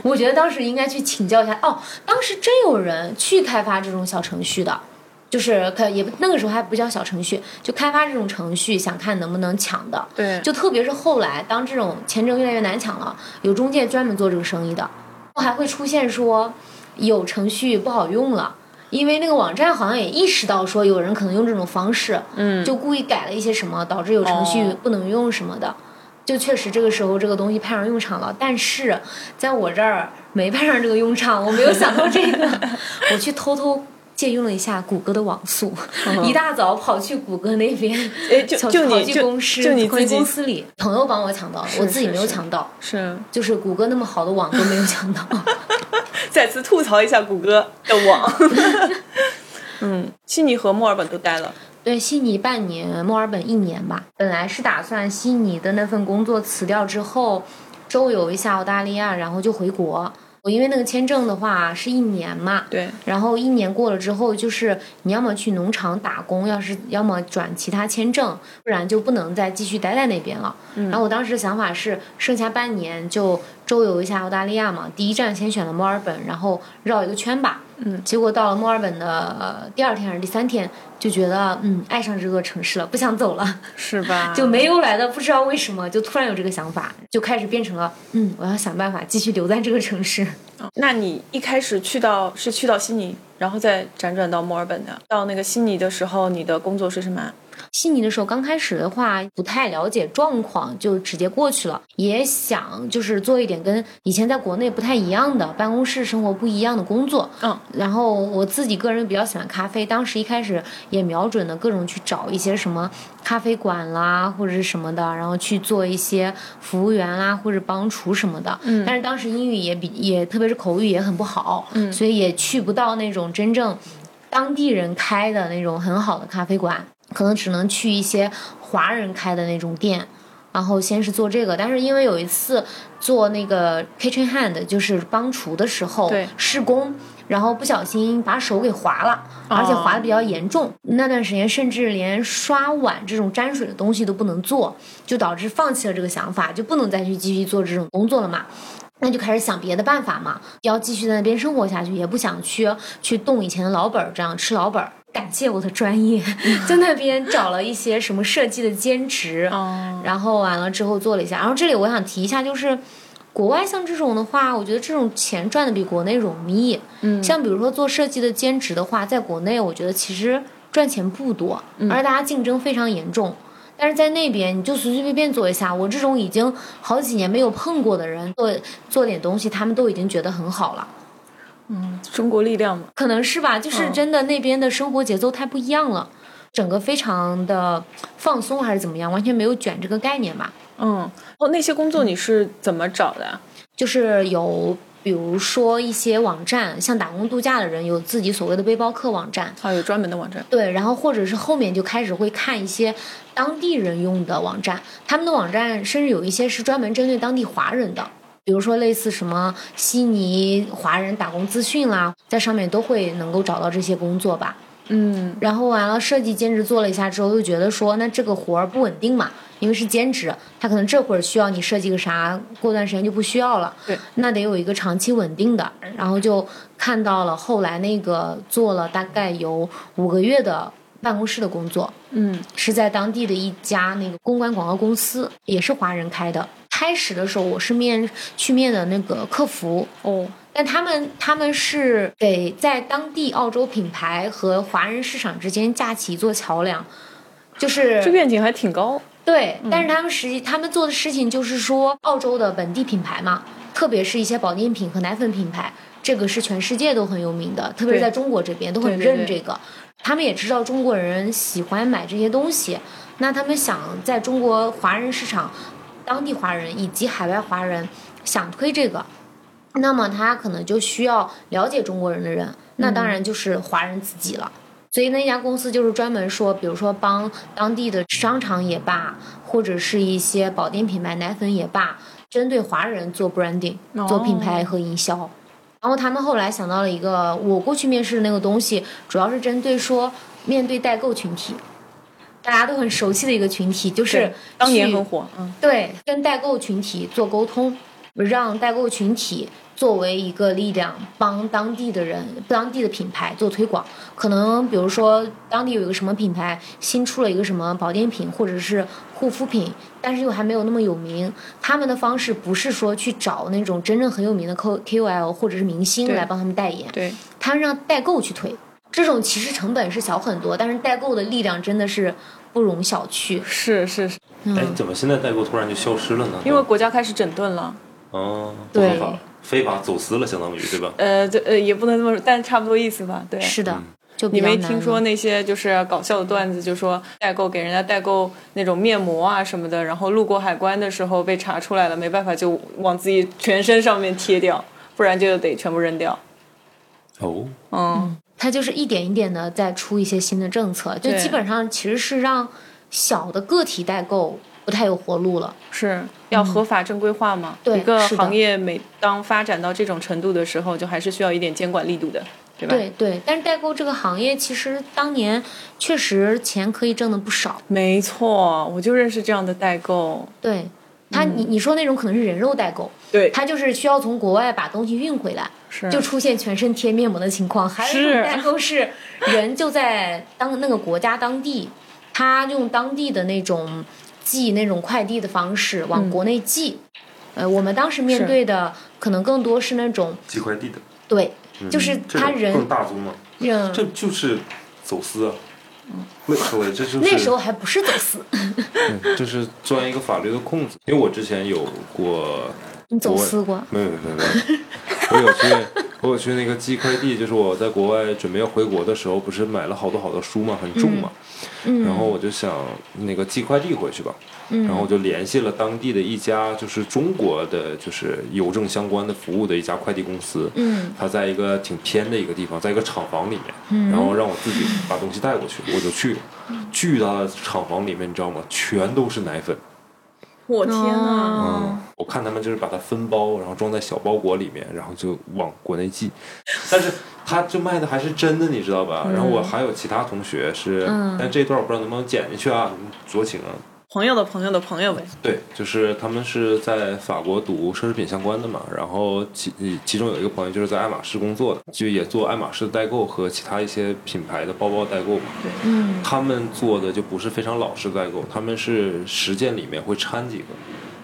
Speaker 1: 我觉得当时应该去请教一下。哦，当时真有人去开发这种小程序的，就是可也不那个时候还不叫小程序，就开发这种程序，想看能不能抢的。
Speaker 2: 对
Speaker 1: 就特别是后来，当这种签证越来越难抢了，有中介专门做这个生意的，还会出现说有程序不好用了。因为那个网站好像也意识到说有人可能用这种方式，嗯，就故意改了一些什么，导致有程序
Speaker 2: 哦
Speaker 1: 不能用什么的，就确实这个时候这个东西派上用场了。但是在我这儿没派上这个用场，我没有想到这
Speaker 2: [laughs]
Speaker 1: 个，我去偷偷借用了一下谷歌的网速，
Speaker 2: 嗯
Speaker 1: 一大早跑去谷歌那边，
Speaker 2: 哎就
Speaker 1: 跑
Speaker 2: 就你
Speaker 1: 跑去
Speaker 2: 就
Speaker 1: 公司，
Speaker 2: 就你
Speaker 1: 回
Speaker 2: 自己
Speaker 1: 公司里，朋友帮我抢到，我自己没有
Speaker 2: 是
Speaker 1: 抢到，
Speaker 2: 是，
Speaker 1: 就是谷歌那么好的网都没有抢到。 [laughs]
Speaker 2: 再次吐槽一下谷歌的网。嗯，悉尼和墨尔本都待了，
Speaker 1: 对，悉尼半年，墨尔本一年吧。本来是打算悉尼的那份工作辞掉之后，周游一下澳大利亚，然后就回国。我因为那个签证的话是一年嘛，
Speaker 2: 对
Speaker 1: 然后一年过了之后，就是你要么去农场打工，要是要么转其他签证，不然就不能再继续待在那边了。然后我当时的想法是，剩下半年就周游一下澳大利亚嘛，第一站先选了墨尔本，然后绕一个圈吧。嗯，结果到了墨尔本的、呃第二天还是第三天，就觉得嗯爱上这个城市了，不想走了。
Speaker 2: 是吧？
Speaker 1: [laughs] 就没由来的，不知道为什么就突然有这个想法，就开始变成了嗯，我要想办法继续留在这个城市。
Speaker 2: 那你一开始去到是去到悉尼，然后再辗转到墨尔本的。到那个悉尼的时候，你的工作是什么啊？
Speaker 1: 悉尼的时候，刚开始的话不太了解状况，就直接过去了，也想就是做一点跟以前在国内不太一样的办公室生活不一样的工作。
Speaker 2: 嗯，
Speaker 1: 然后我自己个人比较喜欢咖啡，当时一开始也瞄准了各种去找一些什么咖啡馆啦或者是什么的，然后去做一些服务员啦或者帮厨什么的。嗯，但是当时英语也比也特别是口语也很不好，嗯，所以也去不到那种真正当地人开的那种很好的咖啡馆，可能只能去一些华人开的那种店。然后先是做这个，但是因为有一次做那个 kitchen hand，就是帮厨的时候
Speaker 2: 对
Speaker 1: 施工，然后不小心把手给划了，而且划的比
Speaker 2: 哦
Speaker 1: 较严重。那段时间甚至连刷碗这种沾水的东西都不能做，就导致放弃了这个想法，就不能再去继续做这种工作了嘛。那就开始想别的办法嘛，要继续在那边生活下去，也不想去去动以前的老本儿，这样吃老本儿。感谢我的专业， [laughs] 在那边找了一些什么设计的兼职，
Speaker 2: 哦
Speaker 1: 然后完了之后做了一下。然后这里我想提一下，就是国外像这种的话，我觉得这种钱赚的比国内容易。嗯，像比如说做设计的兼职的话，在国内我觉得其实赚钱不多，而且大家竞争非常严重。但是在那边，你就随随便便做一下。我这种已经好几年没有碰过的人，做做点东西，他们都已经觉得很好了。
Speaker 2: 中国力量嘛。
Speaker 1: 可能是吧，就是
Speaker 2: 嗯
Speaker 1: 真的那边的生活节奏太不一样了，整个非常的放松还是怎么样，完全没有卷这个概念吧。
Speaker 2: 嗯，哦，那些工作你是怎么找的啊？
Speaker 1: 就是有比如说一些网站，像打工度假的人有自己所谓的背包客网站，
Speaker 2: 啊，有专门的网站。
Speaker 1: 对，然后或者是后面就开始会看一些当地人用的网站，他们的网站甚至有一些是专门针对当地华人的，比如说类似什么悉尼华人打工资讯啦，在上面都会能够找到这些工作吧。
Speaker 2: 嗯，
Speaker 1: 然后完了，设计兼职做了一下之后，又觉得说，那这个活儿不稳定嘛，因为是兼职，他可能这会儿需要你设计个啥，过段时间就不需要了。
Speaker 2: 对，
Speaker 1: 那得有一个长期稳定的。然后就看到了后来那个做了大概有五个月的办公室的工作，
Speaker 2: 嗯，
Speaker 1: 是在当地的一家那个公关广告公司，也是华人开的。开始的时候，我是面去面的那个客服，
Speaker 2: 哦，
Speaker 1: 但他们他们是给在当地澳洲品牌和华人市场之间架起一座桥梁，就
Speaker 2: 这
Speaker 1: 是
Speaker 2: 愿景还挺高。
Speaker 1: 对，
Speaker 2: 嗯
Speaker 1: 但是他们实际他们做的事情就是说，澳洲的本地品牌嘛，特别是一些保健品和奶粉品牌，这个是全世界都很有名的，特别是
Speaker 2: 对
Speaker 1: 在中国这边都很
Speaker 2: 对对
Speaker 1: 认
Speaker 2: 对
Speaker 1: 这个，他们也知道中国人喜欢买这些东西，那他们想在中国华人市场、当地华人以及海外华人想推这个，那么他可能就需要了解中国人的人，那
Speaker 2: 嗯
Speaker 1: 当然就是华人自己了。所以那家公司就是专门说，比如说帮当地的商场也罢，或者是一些保健品牌、奶粉也罢，针对华人做 branding、
Speaker 2: 哦
Speaker 1: 做品牌和营销。然后他们后来想到了一个，我过去面试的那个东西，主要是针对说面对代购群体，大家都很熟悉的一个群体，就是
Speaker 2: 对当年
Speaker 1: 去
Speaker 2: 很火。嗯，
Speaker 1: 对，跟代购群体做沟通，让代购群体作为一个力量，帮当地的人、当地的品牌做推广。可能比如说，当地有一个什么品牌新出了一个什么保健品或者是护肤品，但是又还没有那么有名。他们的方式不是说去找那种真正很有名的 K KOL 或者是明星
Speaker 2: 对
Speaker 1: 来帮他们代言，
Speaker 2: 对，
Speaker 1: 他们让代购去推。这种其实成本是小很多，但是代购的力量真的是不容小觑。
Speaker 2: 是是是，
Speaker 5: 哎，
Speaker 1: 嗯
Speaker 5: 怎么现在代购突然就消失了呢？
Speaker 2: 因为国家开始整顿了。
Speaker 5: 哦，不
Speaker 1: 对
Speaker 5: 合法，非法走私了，相当于对吧？
Speaker 2: 呃，这呃也不能这么说，但差不多意思吧。对，
Speaker 1: 是的，就比
Speaker 2: 嗯你
Speaker 1: 较
Speaker 2: 没
Speaker 1: 难
Speaker 2: 听
Speaker 1: 了
Speaker 2: 说那些就是搞笑的段子，就说代购给人家代购那种面膜啊什么的，然后路过海关的时候被查出来了，没办法就往自己全身上面贴掉，不然就得全部扔掉。
Speaker 5: 哦，
Speaker 2: 嗯，
Speaker 1: 它就是一点一点的在出一些新的政策，就
Speaker 2: 对
Speaker 1: 基本上其实是让小的个体代购不太有活路了。
Speaker 2: 是要合法正规化嘛？
Speaker 1: 对
Speaker 2: 一个
Speaker 1: 是的
Speaker 2: 行业每当发展到这种程度的时候，就还是需要一点监管力度的，对吧？
Speaker 1: 对对，但是代购这个行业其实当年确实钱可以挣的不少。
Speaker 2: 没错，我就认识这样的代购。
Speaker 1: 对他，你你说那种可能是人肉代购，
Speaker 2: 嗯对，
Speaker 1: 他就是需要从国外把东西运回来，
Speaker 2: 是
Speaker 1: 就出现全身贴面膜的情况。还有一种
Speaker 2: 是
Speaker 1: 代购是人就在当那个国家当地，他用当地的那种寄那种快递的方式往国内寄。呃，我们当时面
Speaker 2: 嗯是
Speaker 1: 对的可能更多是那种
Speaker 5: 寄快递的，
Speaker 1: 对，就是
Speaker 5: 嗯这
Speaker 1: 他
Speaker 5: 种更
Speaker 1: 人
Speaker 5: 大宗嘛，
Speaker 1: 嗯。
Speaker 5: 这就是走私啊。那我这就是
Speaker 1: 那时候还不是走
Speaker 5: [laughs]
Speaker 1: 私，
Speaker 5: 就是钻一个法律的空子，因为我之前有过
Speaker 1: 你走
Speaker 5: 国外
Speaker 1: 私过？
Speaker 5: 没有没有
Speaker 1: [laughs]
Speaker 5: 没有，我有去，我有去那个寄快递，就是我在国外准备要回国的时候，不是买了好多好多书嘛，很重嘛，
Speaker 1: 嗯
Speaker 5: 然后我就想那个寄快递回去吧，然后我就联系了当地的一家就是中国的就是邮政相关的服务的一家快递公司，
Speaker 1: 嗯，
Speaker 5: 它在一个挺偏的一个地方，在一个厂房里面，然后让我自己把东西带过去，我就去了，
Speaker 1: 嗯
Speaker 5: 巨大的厂房里面，你知道吗？全都是奶粉。
Speaker 2: 我天啊呐，
Speaker 1: 哦，
Speaker 5: 我看他们就是把它分包，然后装在小包裹里面，然后就往国内寄。但是他就卖的还是真的，你知道吧？然后我还有其他同学是，
Speaker 1: 嗯
Speaker 5: 但这段我不知道能不能剪进去啊，酌情啊。
Speaker 2: 朋友的朋友的朋友呗。
Speaker 5: 对，就是他们是在法国读奢侈品相关的嘛，然后其呃其中有一个朋友就是在爱马仕工作的，就也做爱马仕的代购和其他一些品牌的包包代购嘛。
Speaker 2: 对，
Speaker 1: 嗯，
Speaker 5: 他们做的就不是非常老实代购，他们是实践里面会掺几个，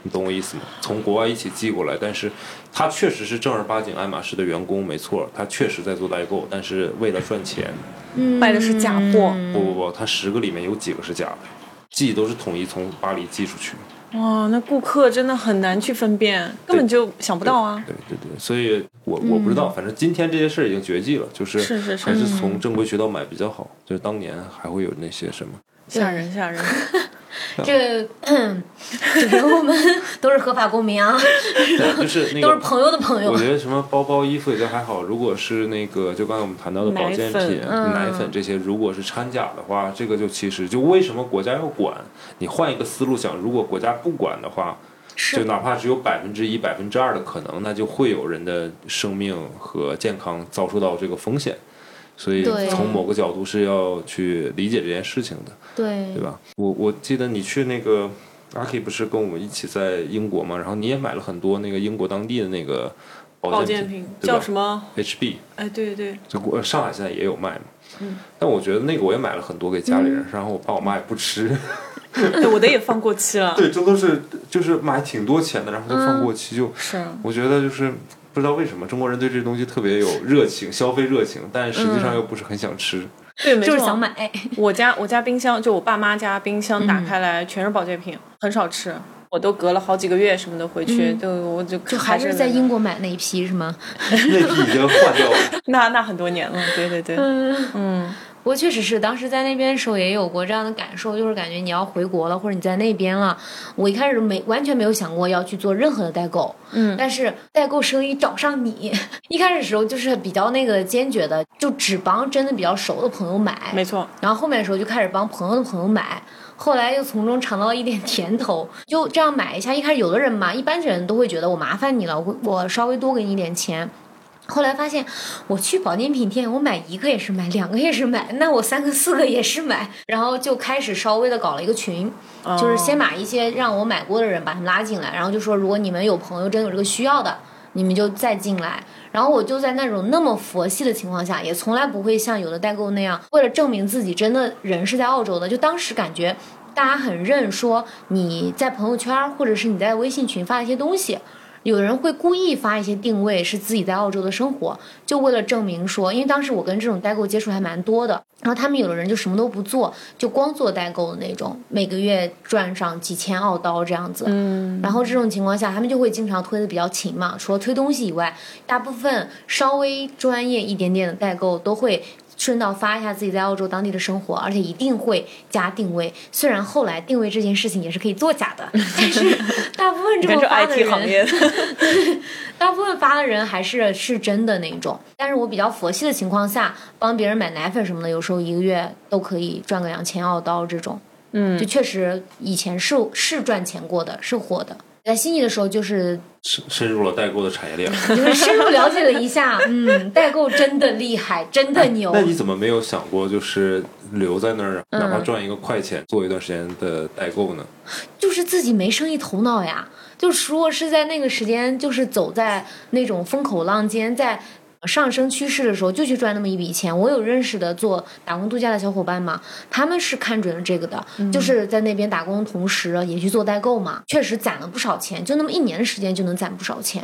Speaker 5: 你懂我意思吗？从国外一起寄过来，但是他确实是正儿八经爱马仕的员工，没错，他确实在做代购，但是为了赚钱，
Speaker 2: 卖的是假货。
Speaker 5: 不不不，他十个里面有几个是假的，寄都是统一从巴黎寄出去，
Speaker 2: 哇，那顾客真的很难去分辨，根本就想不到啊。
Speaker 5: 对对对，所以我我不知道，反正今天这些事儿已经绝迹了，就是
Speaker 2: 嗯是是是嗯
Speaker 5: 还是从正规渠道买比较好。就是当年还会有那些什么，
Speaker 2: 吓人
Speaker 5: [laughs]
Speaker 2: 吓人，
Speaker 5: 嗯
Speaker 1: 这 [clears throat] 主持人我们 [laughs] 都是合法公民啊，
Speaker 5: 对就是那
Speaker 1: 都是
Speaker 5: 个。
Speaker 1: 朋友的朋友
Speaker 5: 我。觉得什么包包、衣服也就还好，如果是那个就刚才我们谈到的保健
Speaker 2: 奶粉
Speaker 5: 品、
Speaker 1: 嗯
Speaker 5: 奶粉这些，如果是掺假的话，这个就其实就为什么国家要管？你换一个思路想，如果国家不管的话，
Speaker 1: 是
Speaker 5: 就哪怕只有百分之一、百分之二的可能，那就会有人的生命和健康遭受到这个风险。所以
Speaker 1: 对
Speaker 5: 从某个角度是要去理解这件事情的，
Speaker 1: 对
Speaker 5: 对吧？我我记得你去那个阿 K 不是跟我们一起在英国嘛，然后你也买了很多那个英国当地的那个
Speaker 2: 保
Speaker 5: 保
Speaker 2: 健
Speaker 5: 健
Speaker 2: 品
Speaker 5: 对吧
Speaker 2: 叫什么？
Speaker 5: HB，
Speaker 2: 哎，对对，
Speaker 5: 就国呃上海现在也有卖嘛。
Speaker 2: 嗯
Speaker 5: 但我觉得那个我也买了很多给家里人，然后我爸我妈也不吃，
Speaker 2: 对，我的也放过期了。
Speaker 1: [laughs]
Speaker 5: 对，这都是就是买挺多钱的，然后就
Speaker 2: 嗯
Speaker 5: 放过期就。
Speaker 2: 是啊，
Speaker 5: 我觉得就是不知道为什么中国人对这东西特别有热情，消费热情，但实际上
Speaker 2: 嗯
Speaker 5: 又不是很想吃。 [laughs]
Speaker 2: 对，没错
Speaker 1: 就是想。买，嗯
Speaker 2: 我家我家冰箱就我爸妈家冰箱打开来全是保健品，很少吃。我都隔了好几个月什么的回去，
Speaker 1: 嗯
Speaker 2: 都我就
Speaker 1: 就
Speaker 2: 就
Speaker 1: 还是在
Speaker 2: 那
Speaker 1: 英国买那一批是吗？
Speaker 5: 那批已经换掉了， [laughs]
Speaker 2: 那那很多年了，对对对，嗯，
Speaker 1: 不过确实是，当时在那边的时候也有过这样的感受，就是感觉你要回国了，或者你在那边了。我一开始没完全没有想过要去做任何的代购，嗯，但是代购生意找上你， [laughs] 一开始的时候就是比较那个坚决的，就只帮真的比较熟的朋友买，
Speaker 2: 没错，
Speaker 1: 然后后面的时候就开始帮朋友的朋友买，后来又从中尝到了一点甜头，就这样买一下。一开始有的人嘛，一般人都会觉得我麻烦你了，我我稍微多给你一点钱。后来发现，我去保健品店，我买一个也是买，两个也是买，那我三个四个也是买，然后就开始稍微的搞了一个群，就是先把一些让我买过的人把他们拉进来，然后就说如果你们有朋友真有这个需要的，你们就再进来。然后我就在那种那么佛系的情况下，也从来不会像有的代购那样，为了证明自己真的人是在澳洲的，就当时感觉。大家很认说你在朋友圈或者是你在微信群发一些东西，有人会故意发一些定位是自己在澳洲的生活，就为了证明说，因为当时我跟这种代购接触还蛮多的，然后他们有的人就什么都不做，就光做代购的那种，每个月赚上几千澳刀这样子。嗯，然后这种情况下，他们就会经常推的比较勤嘛，除了推东西以外，大部分稍微专业一点点的代购都会顺道发一下自己在澳洲当地的生活，而且一定会加定位。虽然后来定位这件事情也是可以作假的，但
Speaker 2: [laughs]
Speaker 1: 是大部分
Speaker 2: 你
Speaker 1: 这
Speaker 2: 看
Speaker 1: 么
Speaker 2: 这
Speaker 1: 发的
Speaker 2: IT 行业
Speaker 1: 人，， [laughs] 大部分发的人还是是真的那种。但是我比较佛系的情况下，帮别人买奶粉什么的，有时候一个月都可以赚个两千澳刀这种。
Speaker 2: 嗯
Speaker 1: 就确实以前是是赚钱过的，是火的。在悉尼的时候，就是
Speaker 5: 深深入了代购的产业链。
Speaker 1: 就是深入了解了一下，嗯，代购真的厉害，真的牛。
Speaker 5: 哎那你怎么没有想过，就是留在那儿，啊
Speaker 1: 嗯
Speaker 5: 哪怕赚一个快钱，做一段时间的代购呢？
Speaker 1: 就是自己没生意头脑呀。就是如果是在那个时间，就是走在那种风口浪尖，在上升趋势的时候，就去赚那么一笔钱。我有认识的做打工度假的小伙伴嘛，他们是看准了这个的，就是在那边打工的同时也去做代购嘛，确实攒了不少钱，就那么一年的时间就能攒不少钱。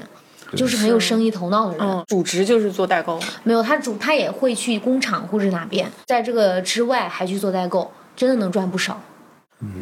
Speaker 1: 就是很有生意头脑的人，
Speaker 2: 嗯，主职就是做代购，
Speaker 1: 没有他主他也会去工厂或者哪边，在这个之外还去做代购，真的能赚不少。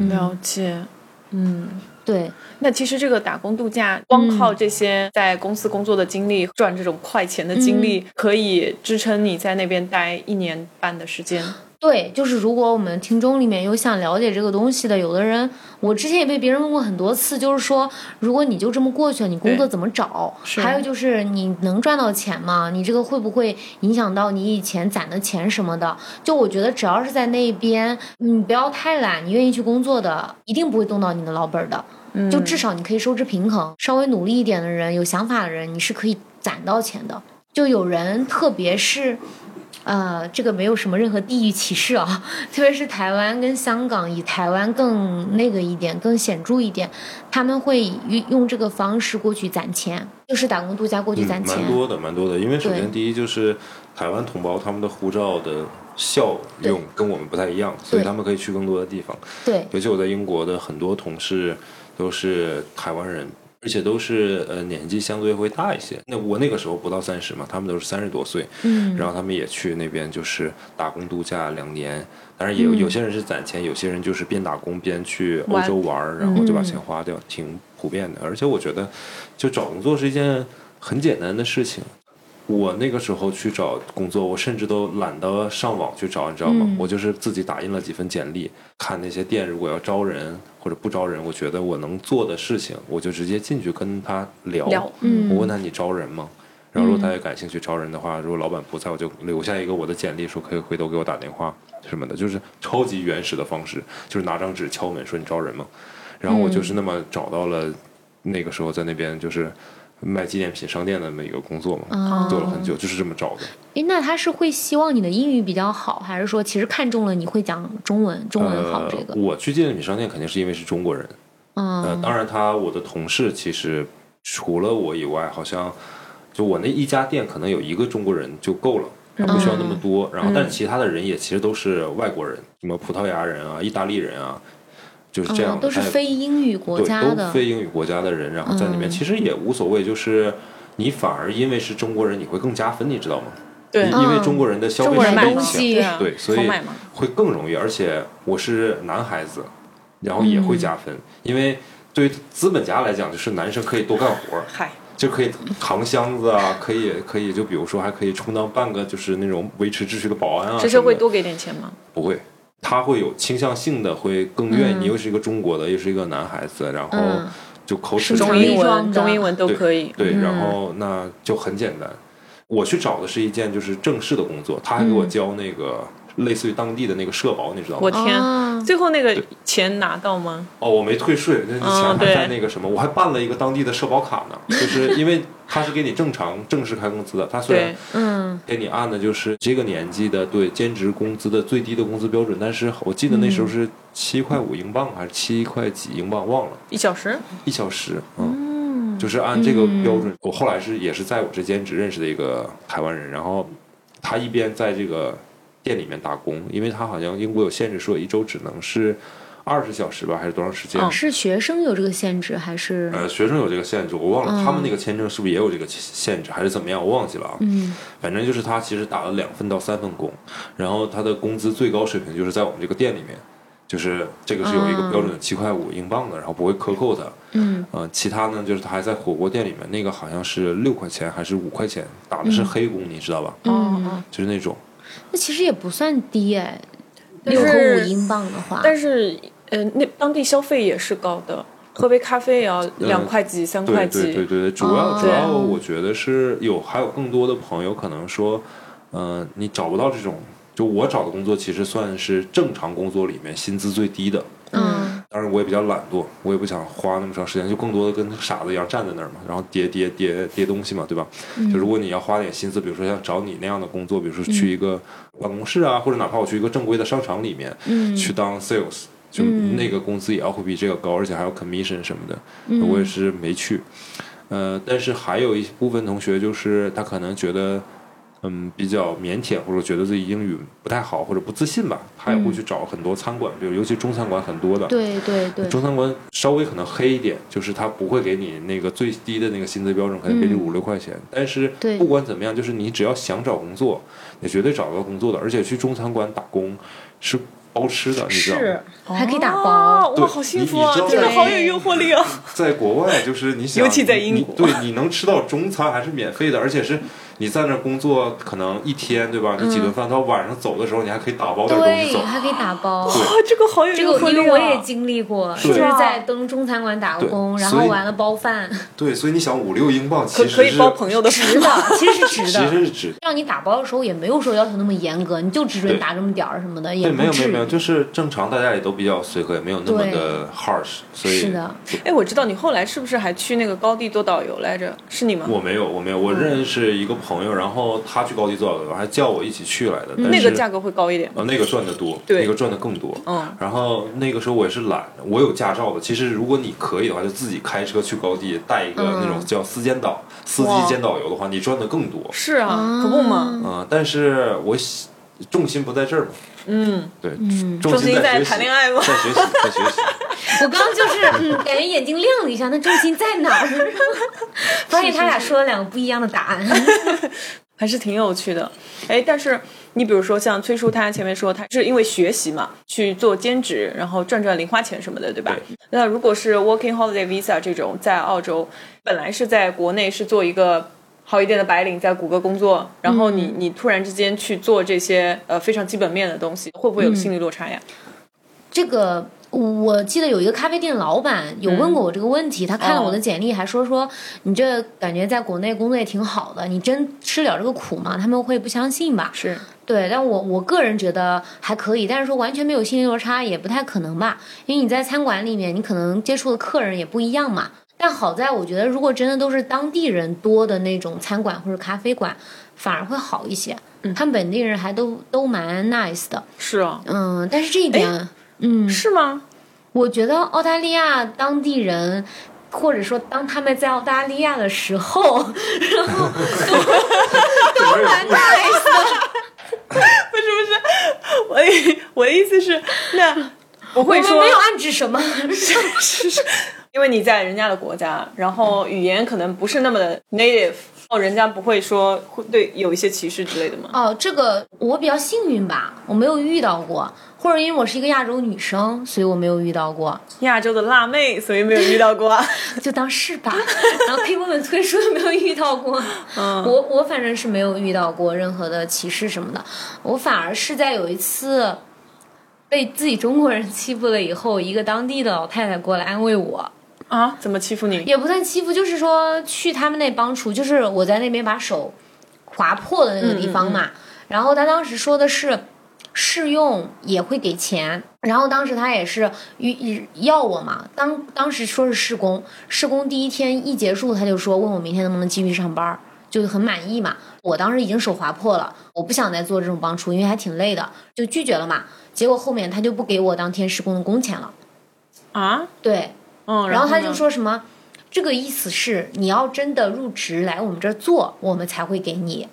Speaker 2: 了解，嗯。
Speaker 1: 对，
Speaker 2: 那其实这个打工度假，光
Speaker 1: 嗯
Speaker 2: 靠这些在公司工作的经历、赚这种快钱的经
Speaker 1: 嗯
Speaker 2: 历，可以支撑你在那边待一年半的时间。
Speaker 1: 对，就是如果我们听众里面有想了解这个东西的，有的人，我之前也被别人问过很多次，就是说，如果你就这么过去了，你工作
Speaker 2: 对
Speaker 1: 怎么找？
Speaker 2: 是
Speaker 1: 还有就是你能赚到钱吗？你这个会不会影响到你以前攒的钱什么的？就我觉得只要是在那边，你不要太懒，你愿意去工作的，一定不会动到你的老本儿的。
Speaker 2: 嗯
Speaker 1: 就至少你可以收支平衡，稍微努力一点的人，有想法的人，你是可以攒到钱的。就有人，特别是呃，这个没有什么任何地域歧视啊， [laughs] 特别是台湾跟香港，以台湾更那个一点，更显著一点，他们会用用这个方式过去攒钱，就是打工度假过去攒钱
Speaker 5: 嗯蛮。多的，蛮多的。因为首
Speaker 1: 对
Speaker 5: 先第一就是台湾同胞他们的护照的效
Speaker 1: 对
Speaker 5: 用跟我们不太一样，所以
Speaker 1: 对
Speaker 5: 他们可以去更多的地方。
Speaker 1: 对，
Speaker 5: 尤其我在英国的很多同事都是台湾人，而且都是呃年纪相对会大一些。那我那个时候不到三十嘛，他们都是三十多岁，
Speaker 1: 嗯，
Speaker 5: 然后他们也去那边就是打工度假两年，当然也
Speaker 1: 嗯
Speaker 5: 有有些人是攒钱，有些人就是边打工边去欧洲玩儿，然后
Speaker 1: 嗯
Speaker 5: 就把钱花掉，挺普遍的。而且我觉得，就找工作是一件很简单的事情。我那个时候去找工作，我甚至都懒得上网去找，你知道吗？
Speaker 1: 嗯
Speaker 5: 我就是自己打印了几份简历，看那些店如果要招人或者不招人，我觉得我能做的事情，我就直接进去跟他聊。
Speaker 2: 聊
Speaker 1: 嗯
Speaker 5: 我问他你招人吗？然后如果他也感兴趣招人的话，如果老板不在，我就留下一个我的简历，说可以回头给我打电话什么的，就是超级原始的方式，就是拿张纸敲门说你招人吗？然后我就是那么找到了那个时候在那边就是卖纪念品商店的那么一个工作嘛。
Speaker 1: 啊，
Speaker 5: 做了很久，就是这么找的。
Speaker 1: 诶，那他是会希望你的英语比较好，还是说其实看中了你会讲中文，中文哦好这个
Speaker 5: 呃，？我去纪念品商店肯定是因为是中国人。呃，
Speaker 1: 嗯
Speaker 5: 当然他我的同事其实除了我以外，好像就我那一家店可能有一个中国人就够了。他不需要那么
Speaker 1: 嗯
Speaker 5: 多，然后但其他的人也其实都是外国人，什么葡萄牙人啊、意大利人啊，就是这样的、
Speaker 1: 嗯，都是
Speaker 5: 他也
Speaker 1: 非英语国
Speaker 5: 对，
Speaker 1: 家
Speaker 5: 都
Speaker 1: 的，嗯
Speaker 5: 非英语国家的人，然后在里面、其实也无所谓，就是你反而因为是中国人，你会更加分，你知道吗？
Speaker 2: 对
Speaker 5: 因因为
Speaker 1: 嗯
Speaker 5: 中国人的消
Speaker 1: 中
Speaker 5: 费
Speaker 1: 国人
Speaker 5: 能
Speaker 1: 买
Speaker 5: 力
Speaker 1: 东
Speaker 5: 强，
Speaker 1: 西
Speaker 2: 对啊
Speaker 5: 对，所以
Speaker 2: 疯买嘛
Speaker 5: 会更容易。而且我是男孩子，然后也
Speaker 2: 嗯
Speaker 5: 会加分，因为对于资本家来讲，就是男生可以多干活儿，
Speaker 2: 嗨，
Speaker 5: 就可以扛箱子啊，可以可以，就比如说还可以充当半个就是那种维持秩序的保安啊什么的。
Speaker 2: 这社会多给点钱吗？
Speaker 5: 不会，他会有倾向性的，会更愿意。
Speaker 2: 嗯
Speaker 5: 你又是一个中国的，又是一个男孩子，然后
Speaker 1: 嗯
Speaker 5: 就口
Speaker 1: 是
Speaker 5: 齿不
Speaker 1: 中
Speaker 2: 中
Speaker 1: 立
Speaker 5: 清
Speaker 2: 英
Speaker 1: 装
Speaker 2: 文、
Speaker 1: 的
Speaker 2: 中英文都可以。嗯
Speaker 5: 对，然后那就很简单。我去找的是一件就是正式的工作，他还给
Speaker 2: 嗯
Speaker 5: 我交那个类似于当地的那个社保，你知道
Speaker 2: 我
Speaker 5: 吗？
Speaker 2: 天
Speaker 1: 啊，
Speaker 2: 最后那个钱拿到吗？
Speaker 5: 哦，我没退税，那钱还
Speaker 2: 嗯对
Speaker 5: 在那个什么，我还办了一个当地的社保卡呢，就是 [laughs] 因为他是给你正常正式开工资的，他虽然
Speaker 2: 对，
Speaker 1: 嗯
Speaker 5: 给你按的就是这个年纪的对兼职工资的最低的工资标准，但是我记得那
Speaker 2: 嗯
Speaker 5: 时候是七块五英镑还是七块几英镑，忘了
Speaker 2: 一小时。
Speaker 5: 一小时，嗯，就是按这个标
Speaker 2: 嗯
Speaker 5: 准。我后来是也是在我这兼职认识的一个台湾人，然后他一边在这个店里面打工，因为他好像英国有限制，说一周只能是二十小时吧，还是多长时间？
Speaker 2: 嗯
Speaker 1: 是学生有这个限制还是？
Speaker 5: 呃，学生有这个限制，我忘了他们那个签证是不是也有这个限制，还是怎么样，我忘记了啊。
Speaker 1: 嗯
Speaker 5: 反正就是他其实打了两份到三份工，然后他的工资最高水平就是在我们这个店里面，就是这个是有一个标准的七块五英镑的，然后不会克扣他。
Speaker 1: 啊嗯
Speaker 5: 呃，其他呢就是他还在火锅店里面，那个好像是六块钱还是五块钱，打的是黑工，你知道吧？
Speaker 1: 嗯，
Speaker 5: 就是那种
Speaker 1: 那其实也不算低哎，
Speaker 2: 但
Speaker 1: 六和五
Speaker 2: 是
Speaker 1: 英镑的话，
Speaker 2: 但是，呃，那当地消费也是高的，喝杯咖啡也要两块几、三块
Speaker 5: 嗯对
Speaker 2: 几。啊
Speaker 5: 对对对对，主要、
Speaker 1: 哦
Speaker 5: 主要我觉得是有还有更多的朋友可能说，嗯、你找不到这种，就我找的工作其实算是正常工作里面薪资最低的。
Speaker 1: 嗯
Speaker 5: 当然我也比较懒惰，我也不想花那么长时间，就更多的跟傻子一样站在那儿嘛，然后叠叠叠叠东西嘛，对吧？
Speaker 1: 嗯
Speaker 5: 就如果你要花点心思，比如说像找你那样的工作，比如说去一个办公室啊，或者哪怕我去一个正规的商场里面、
Speaker 1: 嗯
Speaker 5: 去当 sales，就那个工资也要会比这个高，而且还有 commission 什么的，
Speaker 1: 嗯
Speaker 5: 我也是没去。呃，但是还有一部分同学就是他可能觉得。嗯，比较腼腆，或者觉得自己英语不太好，或者不自信吧，他也
Speaker 1: 嗯
Speaker 5: 会去找很多餐馆，比如尤其中餐馆很多的，
Speaker 1: 对对对，
Speaker 5: 中餐馆稍微可能黑一点，就是他不会给你那个最低的那个薪资标准，可能给你
Speaker 1: 嗯
Speaker 5: 五六块钱。但是
Speaker 1: 对
Speaker 5: 不管怎么样，就是你只要想找工作，你绝对找到工作的。而且去中餐馆打工是包吃的，你知道吗？
Speaker 1: 是还可以打包，
Speaker 2: 哦
Speaker 5: 对
Speaker 2: 哇，好幸福啊
Speaker 5: 你！你知
Speaker 2: 这
Speaker 5: 道
Speaker 2: 个
Speaker 1: 吗
Speaker 2: 好有诱惑力啊！
Speaker 5: 在国外就是你想，
Speaker 2: [laughs] 尤其在英
Speaker 5: 你
Speaker 2: 国
Speaker 5: 你对，你能吃到中餐还是免费的，而且是你在那工作可能一天，对吧？你几
Speaker 2: 嗯
Speaker 5: 顿饭，到晚上走的时候，你还可以打包点东西
Speaker 1: 对，
Speaker 5: 走。
Speaker 1: 还可以打包。
Speaker 2: 哇，这个好有
Speaker 1: 这
Speaker 2: 诱惑
Speaker 1: 个
Speaker 2: 力
Speaker 1: 因
Speaker 2: 啊！
Speaker 1: 为我也经历过，
Speaker 5: 是
Speaker 1: 就是
Speaker 2: 吧
Speaker 1: 在东中餐馆打过工，
Speaker 5: 对
Speaker 1: 然
Speaker 5: 所以
Speaker 1: 后完了包饭，
Speaker 5: 对，所以你想五六英镑其
Speaker 2: 可
Speaker 5: 实是
Speaker 2: 可以包朋友的
Speaker 1: [laughs] 值
Speaker 2: 福
Speaker 1: 的，其实是值
Speaker 5: [laughs] 其
Speaker 1: 的。
Speaker 5: 实是值
Speaker 1: [laughs] 让你打包的时候也没有说要求那么严格，你就只准
Speaker 5: 对
Speaker 1: 打这么点儿什么的，也
Speaker 5: 对，没
Speaker 1: 不
Speaker 5: 有没
Speaker 1: 至
Speaker 5: 有没有，
Speaker 1: 于。
Speaker 5: 就是正常，大家也都比较随和，也没有那么的 harsh，所以
Speaker 1: 是的
Speaker 2: 哎，我知道你后来是不是还去那个高地做导游来着？是你吗？
Speaker 5: 我没有我没有，我认识一个朋友，然后他去高地做导游，还叫我一起去来的，但
Speaker 2: 那
Speaker 5: 是
Speaker 2: 个价格会高一点吗。
Speaker 5: 呃那个赚的多，
Speaker 2: 对
Speaker 5: 那个赚的更多。
Speaker 2: 嗯，
Speaker 5: 然后那个时候我也是懒，我有驾照的。其实如果你可以的话，就自己开车去高地，带一个那种叫司监导、司机兼导游的话，你赚的更多。
Speaker 1: 啊
Speaker 5: 呃
Speaker 2: 是啊，可不嘛。
Speaker 5: 嗯、但是我喜重心不在这儿嘛。嗯，对，重
Speaker 2: 重
Speaker 5: 心
Speaker 2: 心
Speaker 5: 在
Speaker 2: 在
Speaker 5: 学习
Speaker 2: 谈恋爱吗？
Speaker 5: 在学习，在学习。
Speaker 1: 我刚刚就是嗯，感觉眼睛亮了一下，那重心在
Speaker 5: [laughs]
Speaker 1: 哪儿？发现他俩说了两个不一样的答案。
Speaker 2: 还是挺有趣的。哎，但是你比如说像崔叔，他前面说他是因为学习嘛，去做兼职，然后赚赚零花钱什么的，对吧？
Speaker 5: 对
Speaker 2: 那如果是 Working Holiday Visa 这种，在澳洲本来是在国内是做一个。好一点的白领在谷歌工作，然后
Speaker 1: 嗯
Speaker 2: 你你突然之间去做这些呃非常基本面的东西，会不会有心理落差
Speaker 1: 嗯
Speaker 2: 呀？
Speaker 1: 这个我记得有一个咖啡店老板有问过我这个问题，他看了我的简历，还说说你这感觉在国内工作也挺好的，你真吃了这个苦吗？他们会不相信吧？
Speaker 2: 是，
Speaker 1: 对，但我我个人觉得还可以，但是说完全没有心理落差也不太可能吧，因为你在餐馆里面，你可能接触的客人也不一样嘛。但好在我觉得，如果真的都是当地人多的那种餐馆或者咖啡馆，反而会好一些。他们本地人还都都蛮 nice 的，
Speaker 2: 是哦，
Speaker 1: 嗯，但是这一点，嗯
Speaker 2: 是吗？ [laughs]
Speaker 1: 我觉得澳大利亚当地人。或者说，当他们在澳大利亚的时候，然
Speaker 2: [laughs]
Speaker 1: 后都都蛮 nice 的。
Speaker 2: 不是不是，我 [laughs] 的意我的意思是，那
Speaker 1: [laughs]
Speaker 2: 我
Speaker 1: 我
Speaker 2: 会
Speaker 1: 们
Speaker 2: 说
Speaker 1: 没有暗指什么，
Speaker 2: 因为你在人家的国家，然后
Speaker 1: 嗯
Speaker 2: 语言可能不是那么的 native，哦，人家不会说会对有一些歧视之类的吗？
Speaker 1: 哦，这个我比较幸运吧，我没有遇到过，或者因为我是一个亚洲女生，所以我没有遇到过，
Speaker 2: 亚洲的辣妹，所以没有遇到过。啊
Speaker 1: [laughs] 就当是吧。然后可以问问崔叔有没有遇到过，我我反正是没有遇到过任何的歧视什么的，我反而是在有一次被自己中国人欺负了以后，一个当地的老太太过来安慰我，
Speaker 2: 啊？怎么欺负你？
Speaker 1: 也不算欺负，就是说去他们那帮厨，就是我在那边把手划破的那个地方嘛。然后他当时说的是试用也会给钱，然后当时他也是与要我嘛，当当时说是试工，试工第一天一结束他就说问我明天能不能继续上班儿，就很满意嘛。我当时已经手划破了，我不想再做这种帮厨，因为还挺累的，就拒绝了嘛。结果后面他就不给我当天施工的工钱了，
Speaker 2: 啊？
Speaker 1: 对，
Speaker 2: 嗯，
Speaker 1: 然后他
Speaker 2: 呢
Speaker 1: 就，说什么，这个意思是你要真的入职来我们这儿做，我们才会给你。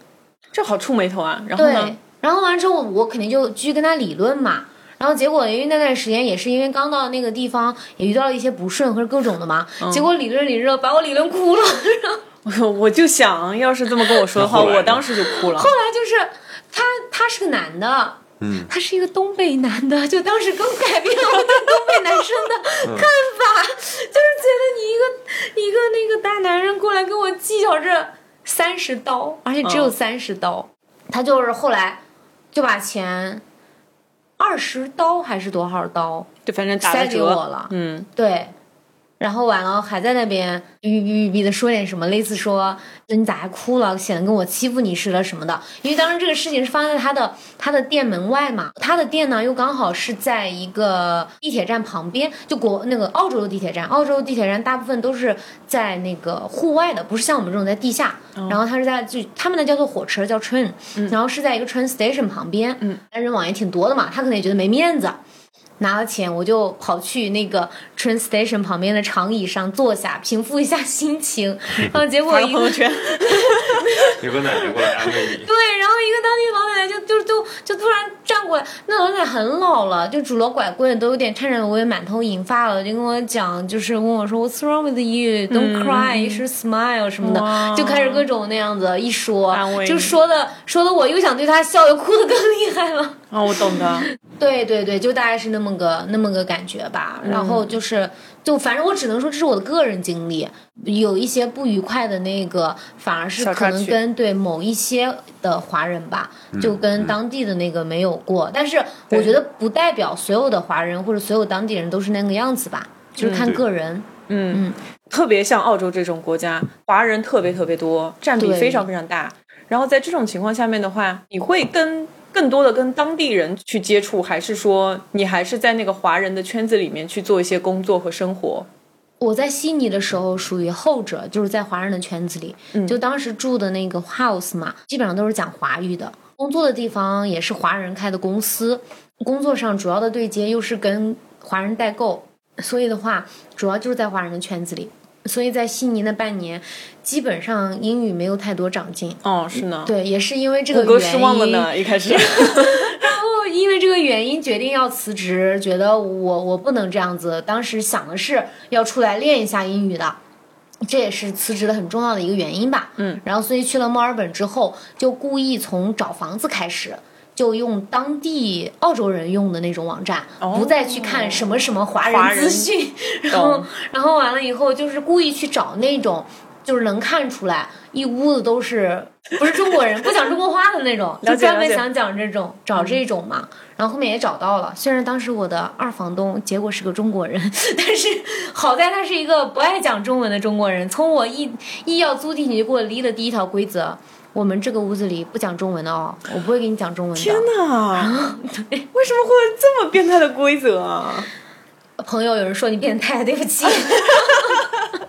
Speaker 2: 这好触眉头啊。然后
Speaker 1: 对
Speaker 2: 呢？，
Speaker 1: 然后完之后我肯定就继续跟他理论嘛。然后结果因为那段时间也是因为刚到那个地方，也遇到了一些不顺或者各种的嘛，结果理论理论把我理论哭了。 [laughs] 然后
Speaker 2: 我我就想要是这么跟我说的话，
Speaker 5: 那后来呢
Speaker 2: 我当时就哭了。
Speaker 1: 后来就是他他是个男的。嗯，他是一个东北男的，就当时更改变了我对东北男生的
Speaker 2: 嗯
Speaker 1: 看法，就是觉得你一个一个那个大男人过来跟我计较这三十刀，而且只有
Speaker 2: 嗯
Speaker 1: 三十刀，他就是后来就把钱二十刀还是多少刀
Speaker 2: 就反正打
Speaker 1: 塞
Speaker 2: 了
Speaker 1: 给
Speaker 2: 折
Speaker 1: 我了，
Speaker 2: 嗯，
Speaker 1: 对，然后完了还在那边哔哔哔哔的说点什么，类似说你咋还哭了，显得跟我欺负你似的什么的。因为当时这个事情是发生在他的他的店门外嘛，他的店呢又刚好是在一个地铁站旁边，就国那个澳洲的地铁站，澳洲地铁站大部分都是在那个户外的，不是像我们这种在地下。然后他是在就他们那叫做火车叫 train，、然后是在一个 train station 旁边，嗯，人网也挺多的嘛，他可能也觉得没面子。拿了钱，我就跑去那个 train station 旁边的长椅上坐下，平复一下心情。然后结果
Speaker 2: 发个
Speaker 1: 一
Speaker 2: 朋
Speaker 1: 个
Speaker 2: 友圈。
Speaker 5: [laughs] 有个奶奶过来安慰你，
Speaker 1: [laughs] 对，然后一个当地老奶奶就就就就突然站过来，那老奶奶很老了，就拄了拐棍，都有点颤颤巍巍，满头银发了，就跟我讲，就是问我说 What's wrong with you? Don't cry, you should smile 什么
Speaker 2: 嗯哇
Speaker 1: 的，就开始各种那样子一说
Speaker 2: 安慰，
Speaker 1: 就
Speaker 2: 你
Speaker 1: 说的说的我又想对她笑，又哭的更厉害了。
Speaker 2: 啊，我懂的。
Speaker 1: 对对对，就大概是那么个那么个感觉吧。
Speaker 2: 嗯
Speaker 1: 然后就是，就反正我只能说这是我的个人经历，有一些不愉快的那个，反而是
Speaker 2: 小插
Speaker 1: 可
Speaker 2: 曲嗯
Speaker 1: 能跟对某一些的华人吧，就跟当地的那个没有过。但是我觉得不代表所有的华人或者所有当地人都是那个样子吧，
Speaker 2: 嗯
Speaker 1: 就是看
Speaker 5: 对
Speaker 1: 个人。
Speaker 2: 特别像澳洲这种国家，华人特别特别多，占比
Speaker 1: 对
Speaker 2: 非常非常大。然后在这种情况下面的话，你会跟更多的跟当地人去接触，还是说你还是在那个华人的圈子里面去做一些工作和生活？
Speaker 1: 我在悉尼的时候属于后者，就是在华人的圈子里，
Speaker 2: 嗯
Speaker 1: 就当时住的那个 house 嘛，基本上都是讲华语的。工作的地方也是华人开的公司，工作上主要的对接又是跟华人代购，所以的话，主要就是在华人的圈子里。所以在悉尼那半年，基本上英语没有太多长进。
Speaker 2: 哦，是呢，
Speaker 1: 对，也是因为这
Speaker 2: 谷
Speaker 1: 个
Speaker 2: 歌
Speaker 1: 嗯原
Speaker 2: 失望了
Speaker 1: 因，
Speaker 2: 呢，一
Speaker 1: [laughs]
Speaker 2: 开始。
Speaker 1: 然后因为这个原因决定要辞职，觉得我我不能这样子。当时想的是要出来练一下英语的，这也是辞职的很重要的一个原因吧。嗯，然后所以去了墨尔本之后，就故意从找房子开始。就用当地澳洲人用的那种网站，不再去看什么什么哦华
Speaker 2: 华
Speaker 1: 人
Speaker 2: 人
Speaker 1: 资讯， [laughs] 然后然后完了以后，就是故意去找那种就是能看出来一屋子都是不是中国人不讲中国话的那种，
Speaker 2: 了
Speaker 1: 就
Speaker 2: 解
Speaker 1: 专门
Speaker 2: 了解嗯
Speaker 1: 想讲这种找这种嘛。然后后面也找到了，虽然当时我的二房东结果是个中国人， [laughs] 但是好在他是一个不爱讲中文的中国人。从我一一要租进去就给我立了第一条规则。我们这个屋子里不讲中文的哦，我不会给你讲中文的。啊
Speaker 2: 天哪， [laughs] 为什么会有这么变态的规则啊？
Speaker 1: 朋友有人说你变态，对不起。 [laughs]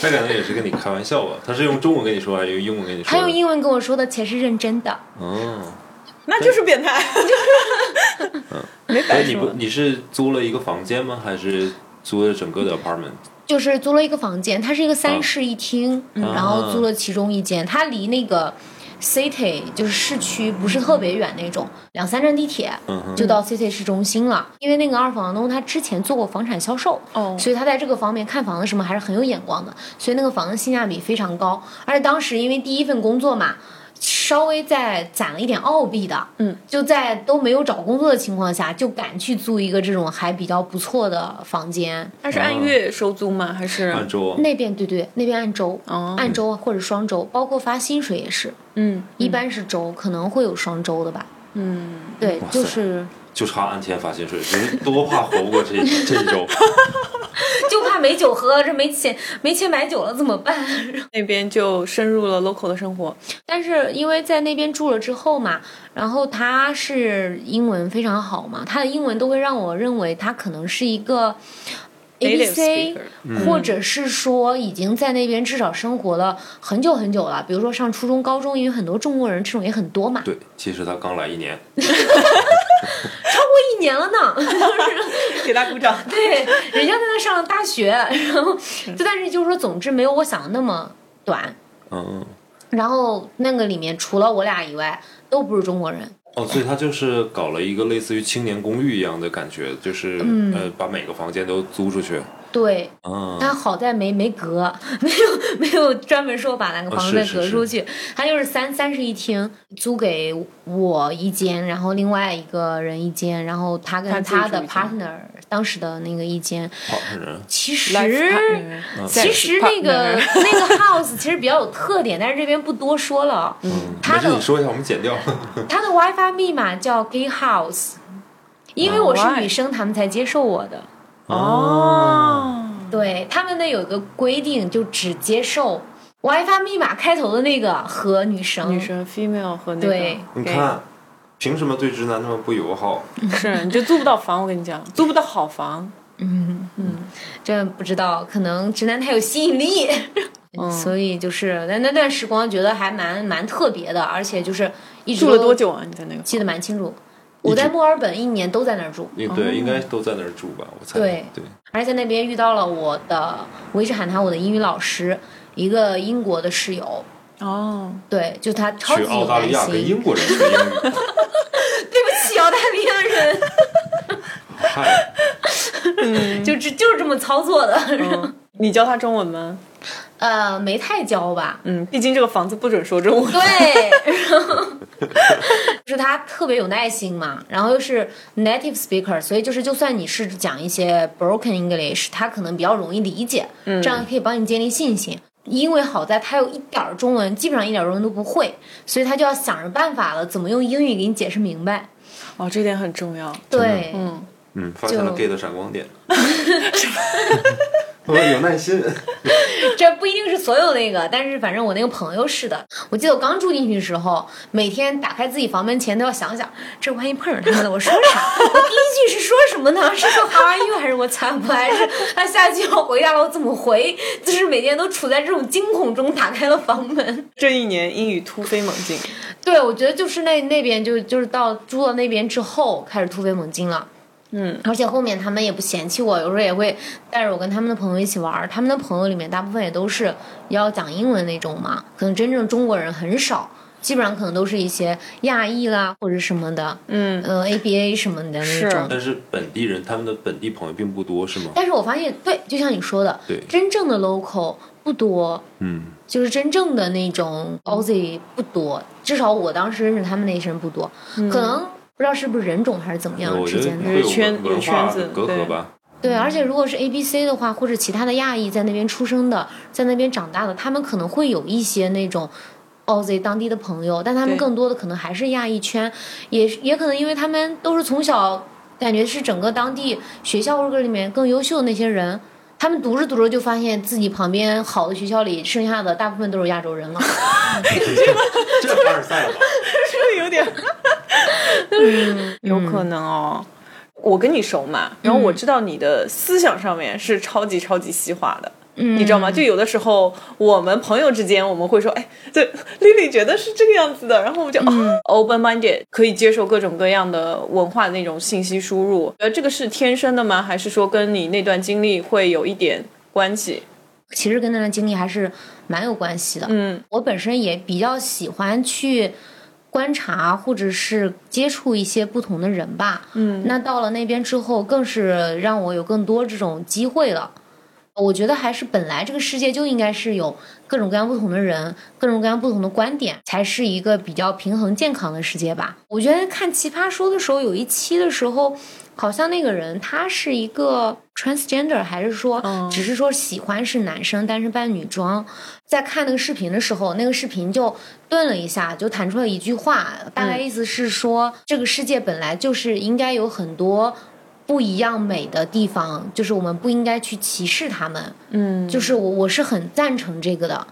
Speaker 5: 他可能也是跟你开玩笑吧？他是用中文跟你说还是用英文跟你说？
Speaker 1: 他用。英文跟我说的且是认真的，
Speaker 5: 哦，
Speaker 2: 那就是
Speaker 1: [laughs]
Speaker 2: 变态， [laughs] 没
Speaker 5: 哎，
Speaker 2: 白
Speaker 5: 你
Speaker 2: 说
Speaker 5: 不。你是租了一个房间吗？还是租了整个的 apartment？
Speaker 1: 就是租了一个房间，它是一个三室一厅，
Speaker 5: 嗯
Speaker 1: 嗯
Speaker 5: 啊
Speaker 1: 然后租了其中一间，它离那个 city 就是市区不是特别远那种，两三站地铁
Speaker 5: 嗯哼
Speaker 1: 就到 city 市中心了。因为那个二房东他之前做过房产销售，
Speaker 2: 哦
Speaker 1: 所以他在这个方面看房子什么还是很有眼光的，所以那个房子性价比非常高。而且当时因为第一份工作嘛。稍微再攒了一点澳币的，
Speaker 2: 嗯，
Speaker 1: 就在都没有找工作的情况下，就敢去租一个这种还比较不错的房间，
Speaker 2: 它是按月收租吗？还
Speaker 5: 嗯
Speaker 2: 是
Speaker 5: 按周啊？
Speaker 1: 那边对对，那边按周，
Speaker 2: 哦
Speaker 1: 按周啊或者双周，包括发薪水也是，
Speaker 2: 嗯
Speaker 1: 一般是周，可能会有双周的吧。
Speaker 2: 嗯，
Speaker 1: 对，
Speaker 5: 哇塞
Speaker 1: 就是
Speaker 5: 就差按天发薪水，人多怕活不过这这
Speaker 1: [laughs]
Speaker 5: 一周。
Speaker 1: [laughs] 就怕没酒喝，这没钱没钱买酒了怎么办？
Speaker 2: 那边就深入了 local 的生活。
Speaker 1: [laughs] 但是因为在那边住了之后嘛，然后他是英文非常好嘛，他的英文都会让我认为他可能是一 [laughs] 个 A B
Speaker 2: Native
Speaker 1: C，
Speaker 2: speaker
Speaker 5: 嗯
Speaker 1: 或者是说已经在那边至少生活了很久很久了，比如说上初中、高中，因为很多中国人这种也很多嘛，
Speaker 5: 对，其实他刚来一年，
Speaker 1: 一年了呢。
Speaker 2: 给他鼓掌。
Speaker 1: 对，人家在那上大学，然后就但是就是说，总之没有我想的那么短。
Speaker 5: 嗯，
Speaker 1: 然后那个里面除了我俩以外，都不是中国人。
Speaker 5: 哦，所以他就是搞了一个类似于青年公寓一样的感觉，就是、
Speaker 1: 嗯
Speaker 5: 呃，把每个房间都租出去。
Speaker 1: 对，
Speaker 5: 嗯，
Speaker 2: 哦
Speaker 1: 但好在没没隔， [laughs] 没有没有专门说把哪个房子
Speaker 5: 哦是
Speaker 1: 隔
Speaker 5: 是
Speaker 1: 出去。他就是三三室一厅，租给我一间，然后另外一个人一间，然后他
Speaker 2: 他
Speaker 1: 跟
Speaker 2: 自己
Speaker 1: 他
Speaker 2: 住
Speaker 1: 的
Speaker 2: 一间
Speaker 1: partner 当时的那个一间，
Speaker 5: 好看人。啊
Speaker 1: 其实。
Speaker 2: 在
Speaker 1: 其实那个
Speaker 2: partner
Speaker 1: 那个 house 其实比较有特点，但是这边不多说了。嗯，它
Speaker 5: 没事，
Speaker 1: 的
Speaker 5: 你说一下，我们
Speaker 1: [laughs]
Speaker 5: 剪掉。
Speaker 1: 它的 WiFi 密码叫 Gay House，因为我是女生，他们才接受我的。
Speaker 2: 哦，
Speaker 1: 对，他们那有一个规定，就只接受 WiFi 密码开头的那个和女生。
Speaker 2: 女生 female 和那个
Speaker 1: 对
Speaker 2: gay
Speaker 5: 你看，凭什么对直男那么不友好？
Speaker 2: 是你就租不到房，我跟你讲，租不到好房。
Speaker 1: 真不知道，可能直男太有吸引力。[laughs]
Speaker 2: 嗯
Speaker 1: 所以就是那那段时光，觉得还蛮蛮特别的，而且就是一直
Speaker 2: 住了
Speaker 1: 都
Speaker 2: 多久啊？你在那个
Speaker 1: 记得蛮清楚。我在墨尔本一年都在那儿住，
Speaker 5: 应对，应该都在那儿住吧？我猜。
Speaker 1: 对
Speaker 5: 对，
Speaker 1: 而且在那边遇到了我的，我一直喊他我的英语老师，一个英国的室友，
Speaker 2: 哦，
Speaker 1: 对，就他超级
Speaker 5: 去澳
Speaker 1: 有
Speaker 5: 大利
Speaker 1: 耐
Speaker 5: 亚跟
Speaker 1: 心。
Speaker 5: 英国人学英语，
Speaker 1: 对不起，澳大利亚人，
Speaker 5: 嗨，
Speaker 1: 就这就是这么操作的。
Speaker 2: 嗯，你教他中文吗？
Speaker 1: [laughs] 呃，没太教
Speaker 2: [laughs]
Speaker 1: 吧？
Speaker 2: 嗯，毕竟这个房子不准说中文。
Speaker 1: 对，然后就是他特别有耐心嘛，然后又是 native speaker，所以就是就算你是讲一些 broken English，他可能比较容易理解，
Speaker 2: 嗯
Speaker 1: 这样可以帮你建立信心。因为好在他有一点儿中文，基本上一点儿中文都不会，所以他就要想着办法了，怎么用英语给你解释明白。
Speaker 2: [laughs] 哦，这点很重要。
Speaker 1: 对，
Speaker 2: 嗯，
Speaker 5: 嗯，发现
Speaker 1: 就
Speaker 5: 了 gay 的闪光点。我有耐心，
Speaker 1: 这不一定是所有那个，但是反正我那个朋友是的。我记得我刚住进去的时候，每天打开自己房门前都要想想，这万一碰上他们了，我说啥？ [laughs] 我第一句是说什么呢？是说 How are you 还是我惨不？还是他下一句要回答了我怎么回？就是每天都处在这种惊恐中打开了房门。
Speaker 2: 这一年英语突飞猛进。
Speaker 1: 对，我觉得就是那那边就就是到住到那边之后开始突飞猛进了。嗯，而且后面他们也不嫌弃我，有时候也会带着我跟他们的朋友一起玩儿。他们的朋友里面大部分也都是要讲英文那种嘛，可能真正中国人很少，基本上可能都是一些亚裔啦或者什么的，
Speaker 2: 嗯，
Speaker 1: 呃，ABA 什么的那种。
Speaker 5: [laughs] 但是本地人他们的本地朋友并不多，是吗？
Speaker 1: 但是我发现，对，就像你说的，
Speaker 5: 对
Speaker 1: 真正的 local 不多，
Speaker 5: 嗯，
Speaker 1: 就是真正的那种 Aussie 不多，至少我当时认识他们那些人不多，可能不知道是不是人种还是怎么样
Speaker 5: 我觉
Speaker 1: 之
Speaker 5: 得
Speaker 1: 间
Speaker 5: 嗯
Speaker 1: 的。
Speaker 5: 会有
Speaker 2: 圈
Speaker 5: 文
Speaker 2: 有
Speaker 5: 文化
Speaker 2: 圈子
Speaker 5: 隔
Speaker 2: 对
Speaker 5: 阂吧。
Speaker 1: 对，而且如果是 A B C 的话，或者其他的亚裔在那边出生的，在那边长大的，他们可能会有一些那种 OZ 当地的朋友，但他们
Speaker 2: 对
Speaker 1: 更多的可能还是亚裔圈，也也可能因为他们都是从小感觉是整个当地学校或者里面更优秀的那些人。他们读着读着就发现自己旁边好的学校里剩下的大部分都是亚洲人了，
Speaker 5: 这凡尔赛吧？
Speaker 2: 这有点，嗯有可能哦。我跟你熟嘛，然后我知道你的思想上面是超级超级西化的。你知道吗？就有的时候，我们朋友之间，我们会说，哎，这 Lily 觉得是这个样子的，然后我们就、哦 open minded，可以接受各种各样的文化的那种信息输入。呃，这个是天生的吗？还是说跟你那段经历会有一点关系？
Speaker 1: 其实跟那段经历还是蛮有关系的。
Speaker 2: 嗯，
Speaker 1: 我本身也比较喜欢去观察或者是接触一些不同的人吧。嗯，那到了那边之后，更是让我有更多这种机会了。我觉得还是本来这个世界就应该是有各种各样不同的人，各种各样不同的观点，才是一个比较平衡健康的世界吧。我觉得看《奇葩说》的时候，有一期的时候，好像那个人他是一个 transgender，还是说只是说喜欢是男生，但是扮女装。在看那个视频的时候，那个视频就顿了一下，就弹出了一句话，大概意思是说，这个世界本来就是应该有很多不一样美的地方，就是我们不应该去歧视他们。
Speaker 2: 嗯，
Speaker 1: 就是我我是很赞成这个的。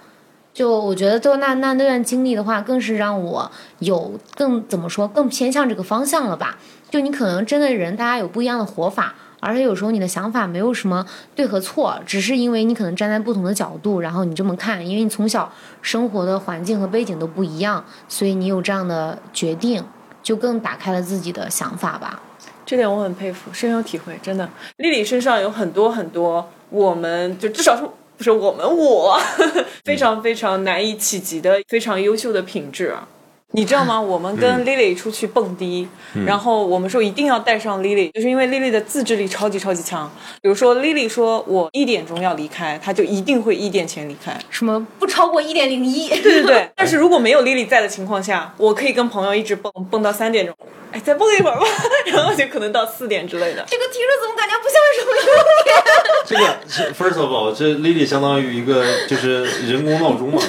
Speaker 1: 就我觉得，就那那那段经历的话，更是让我有更怎么说，更偏向这个方向了吧？就你可能真的人，大家有不一样的活法，而且有时候你的想法没有什么对和错，只是因为你可能站在不同的角度，然后你这么看，因为你从小生活的环境和背景都不一样，所以你有这样的决定，就更打开了自己的想法吧。
Speaker 2: 这点我很佩服，深有体会，真的。丽丽身上有很多很多，我们就至少是不是我们我 [laughs] 非常非常难以企及的非常优秀的品质。啊你知道吗？我们跟 Lily 出去蹦迪，然后我们说一定要带上 Lily，就是因为 Lily 的自制力超级超级强。比如说 Lily 说我一点钟要离开，她就一定会一点前离开。
Speaker 1: 什么不超过一点零一？ [laughs]
Speaker 2: 对对对。但是如果没有 Lily 在的情况下，我可以跟朋友一直蹦蹦到三点钟，哎，再蹦一会儿吧， [laughs] 然后就可能到四点之类的。
Speaker 1: 这个听着怎么感觉不像什么优点？
Speaker 5: [laughs] 这个是 first of all，这 Lily 相当于一个就是人工闹钟嘛，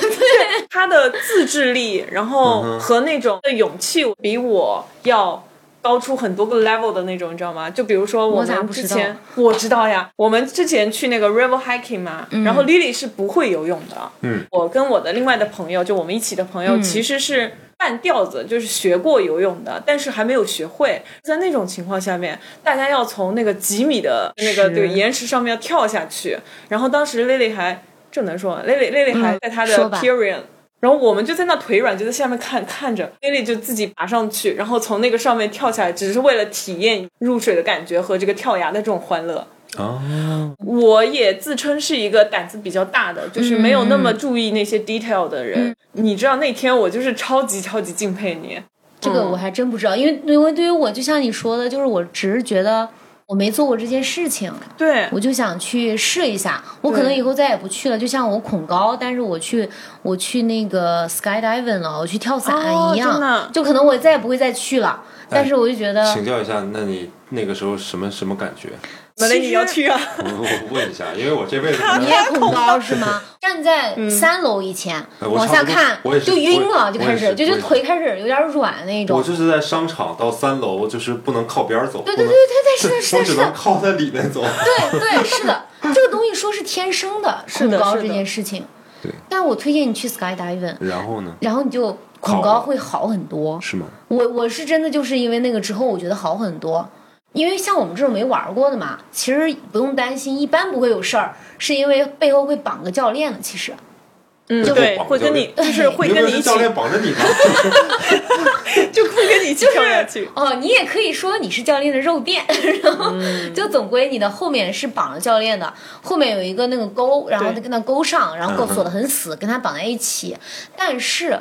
Speaker 2: 他的自制力，然后和那种的勇气，比我要高出很多个 level 的那种，你知道吗？就比如说我
Speaker 1: 我咋
Speaker 2: 们
Speaker 1: 不知
Speaker 2: 之
Speaker 1: 道
Speaker 2: 前，我知道呀，我们之前去那个 river hiking 嘛，
Speaker 1: 嗯
Speaker 2: 然后 Lily 是不会游泳的，
Speaker 5: 嗯，
Speaker 2: 我跟我的另外的朋友，就我们一起的朋
Speaker 1: 嗯
Speaker 2: 友，其实是。半吊子就是学过游泳的，但是还没有学会。在那种情况下面，大家要从那个几米的那个
Speaker 1: 是
Speaker 2: 对岩石上面要跳下去。然后当时 Lily 还这能说吗，Lily Lily 还
Speaker 1: 嗯
Speaker 2: 在她的
Speaker 1: 说吧
Speaker 2: period，、然后我们就在那腿软，就在下面看看着，Lily 就自己爬上去，然后从那个上面跳下来，只是为了体验入水的感觉和这个跳崖的这种欢乐。
Speaker 5: 啊，
Speaker 2: 我也自称是一个胆子比较大的，就是没有那么注意那些 detail 的人。
Speaker 1: 嗯
Speaker 2: 你知道那天我就是超级超级敬佩你，
Speaker 1: 这个
Speaker 2: 嗯
Speaker 1: 我还真不知道，因为因为对于我，就像你说的，就是我只是觉得我没做过这件事情，
Speaker 2: 对
Speaker 1: 我就想去试一下。我可能以后再也不去了，就像我恐高，但是我去我去那个 skydiving 了，我去跳
Speaker 2: 哦
Speaker 1: 伞一样，
Speaker 2: 真的
Speaker 1: 就可能我再也不会再去了。但是我就觉得，
Speaker 5: 哎请教一下，那你那个时候什么什么感觉？
Speaker 2: 本来你要
Speaker 1: [laughs]
Speaker 2: 去啊，
Speaker 5: 我我问一下，因为我这辈子可
Speaker 1: 你
Speaker 5: 能
Speaker 1: 也恐高是吗？ [laughs] 站在
Speaker 2: 嗯
Speaker 1: 三楼以前、
Speaker 5: 哎我
Speaker 1: 往
Speaker 5: 差
Speaker 1: 下
Speaker 5: 不多
Speaker 1: 看
Speaker 5: 我也是
Speaker 1: 就晕
Speaker 5: 我
Speaker 1: 了，
Speaker 5: 也
Speaker 1: 就开
Speaker 5: 我
Speaker 1: 始
Speaker 5: 也是
Speaker 1: 就
Speaker 5: 我
Speaker 1: 就
Speaker 5: 也是
Speaker 1: 腿开始有点软那种
Speaker 5: 我。就是在商场到三楼，就是不能靠边儿走，
Speaker 1: 哦对
Speaker 5: 不
Speaker 1: 对
Speaker 5: 能
Speaker 1: 对对
Speaker 5: [laughs]
Speaker 1: 对，是的，是
Speaker 5: 我
Speaker 1: 的，
Speaker 5: 只
Speaker 1: 是
Speaker 5: 能
Speaker 1: 的，
Speaker 5: 靠在里面走。
Speaker 1: 对
Speaker 2: [laughs]
Speaker 1: 对，是的，这个东西说是天生的，
Speaker 2: 是的
Speaker 1: 恐高
Speaker 2: 是的
Speaker 1: 这件事情。
Speaker 5: 对
Speaker 1: 但我推荐你去 skydiving，
Speaker 5: 然后呢？
Speaker 1: 然后你就恐高会好很多。
Speaker 5: 是吗？
Speaker 1: 我我是真的就是因为那个之后，我觉得好很多。因为像我们这种没玩过的嘛，其实不用担心，一般不会有事儿，是因为背后会绑个教练的。其实，
Speaker 2: 嗯，
Speaker 1: 就
Speaker 2: 对，
Speaker 5: 绑
Speaker 2: 会
Speaker 5: 教
Speaker 2: 跟你
Speaker 5: 练
Speaker 2: 就是会
Speaker 5: 你有没
Speaker 2: 跟
Speaker 5: 有
Speaker 2: 你一
Speaker 5: 是
Speaker 2: 起，
Speaker 5: 教练绑
Speaker 1: [laughs]
Speaker 5: 着你吗？
Speaker 2: 就会跟你一起跳下去。
Speaker 1: [laughs] 哦，你也可以说你是教练的肉垫， [laughs] 然后
Speaker 2: 嗯
Speaker 1: 就总归你的后面是绑着教练的，后面有一个那个钩，然后
Speaker 2: 对
Speaker 1: 跟它钩上，然后锁得很死，跟它绑在一起。但是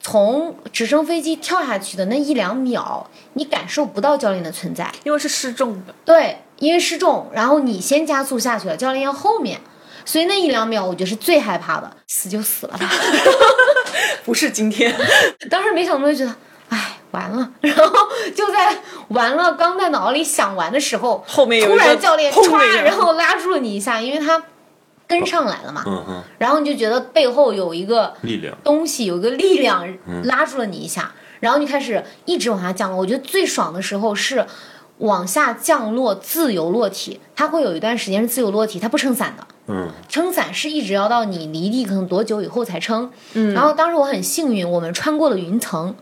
Speaker 1: 从直升飞机跳下去的那一两秒，你感受不到教练的存在，
Speaker 2: 因为是失重的，
Speaker 1: 对，因为失重，然后你先加速下去了，教练要后面。所以那一两秒，我觉得是最害怕的，死就死了吧。
Speaker 2: 不是今天。
Speaker 1: 当时没想到，就觉得，哎，完了。 [laughs] 然后就在完了，刚在脑子里想完的时候，
Speaker 2: 后面有一
Speaker 1: 突
Speaker 2: 个
Speaker 1: 然教练
Speaker 2: 砰的一
Speaker 1: 歘，
Speaker 2: 下
Speaker 1: 然后拉住了你一下，因为他跟上来了嘛。
Speaker 5: 嗯哼，
Speaker 1: 然后你就觉得背后有一个
Speaker 5: 力量。
Speaker 1: 东西，有一个力量
Speaker 2: 嗯
Speaker 1: 拉住了你一下，然后你开始一直往下降落。我觉得最爽的时候是。往下降落，自由落体，它会有一段时间是自由落体，它不撑伞的。
Speaker 5: 嗯，
Speaker 1: 撑伞是一直要到你离地可能多久以后才撑。嗯，然后当时我很幸运，我们穿过了云层，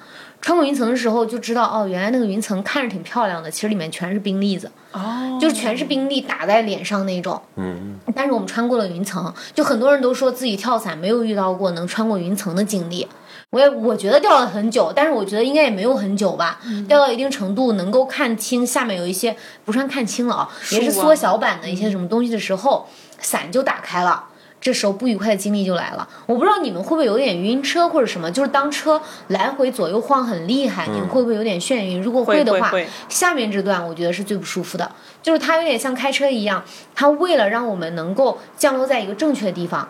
Speaker 1: 穿过云层的时候就知道，哦，原来那个云层看着挺漂亮的，其实里面全是冰粒子，
Speaker 2: 哦，
Speaker 1: 就是全是冰粒打在脸上那种。
Speaker 5: 嗯，
Speaker 1: 但是我们穿过了云层，就很多人都说自己跳伞没有遇到过能穿过云层的经历。我也我觉得掉了很久，但是我觉得应该也没有很久吧，掉到一定程度能够看清下面有一些不算看清了啊，也是
Speaker 2: 树啊
Speaker 1: 缩小版的一些什么东西的时候，伞就打开了。这时候不愉快的经历就来了，我不知道你们会不会有点晕车或者什么，就是当车来回左右晃很厉害，你们会不会有点眩晕？如果
Speaker 2: 嗯会
Speaker 1: 的话，
Speaker 2: 会会
Speaker 1: 下面这段我觉得是最不舒服的，就是它有点像开车一样，它为了让我们能够降落在一个正确的地方，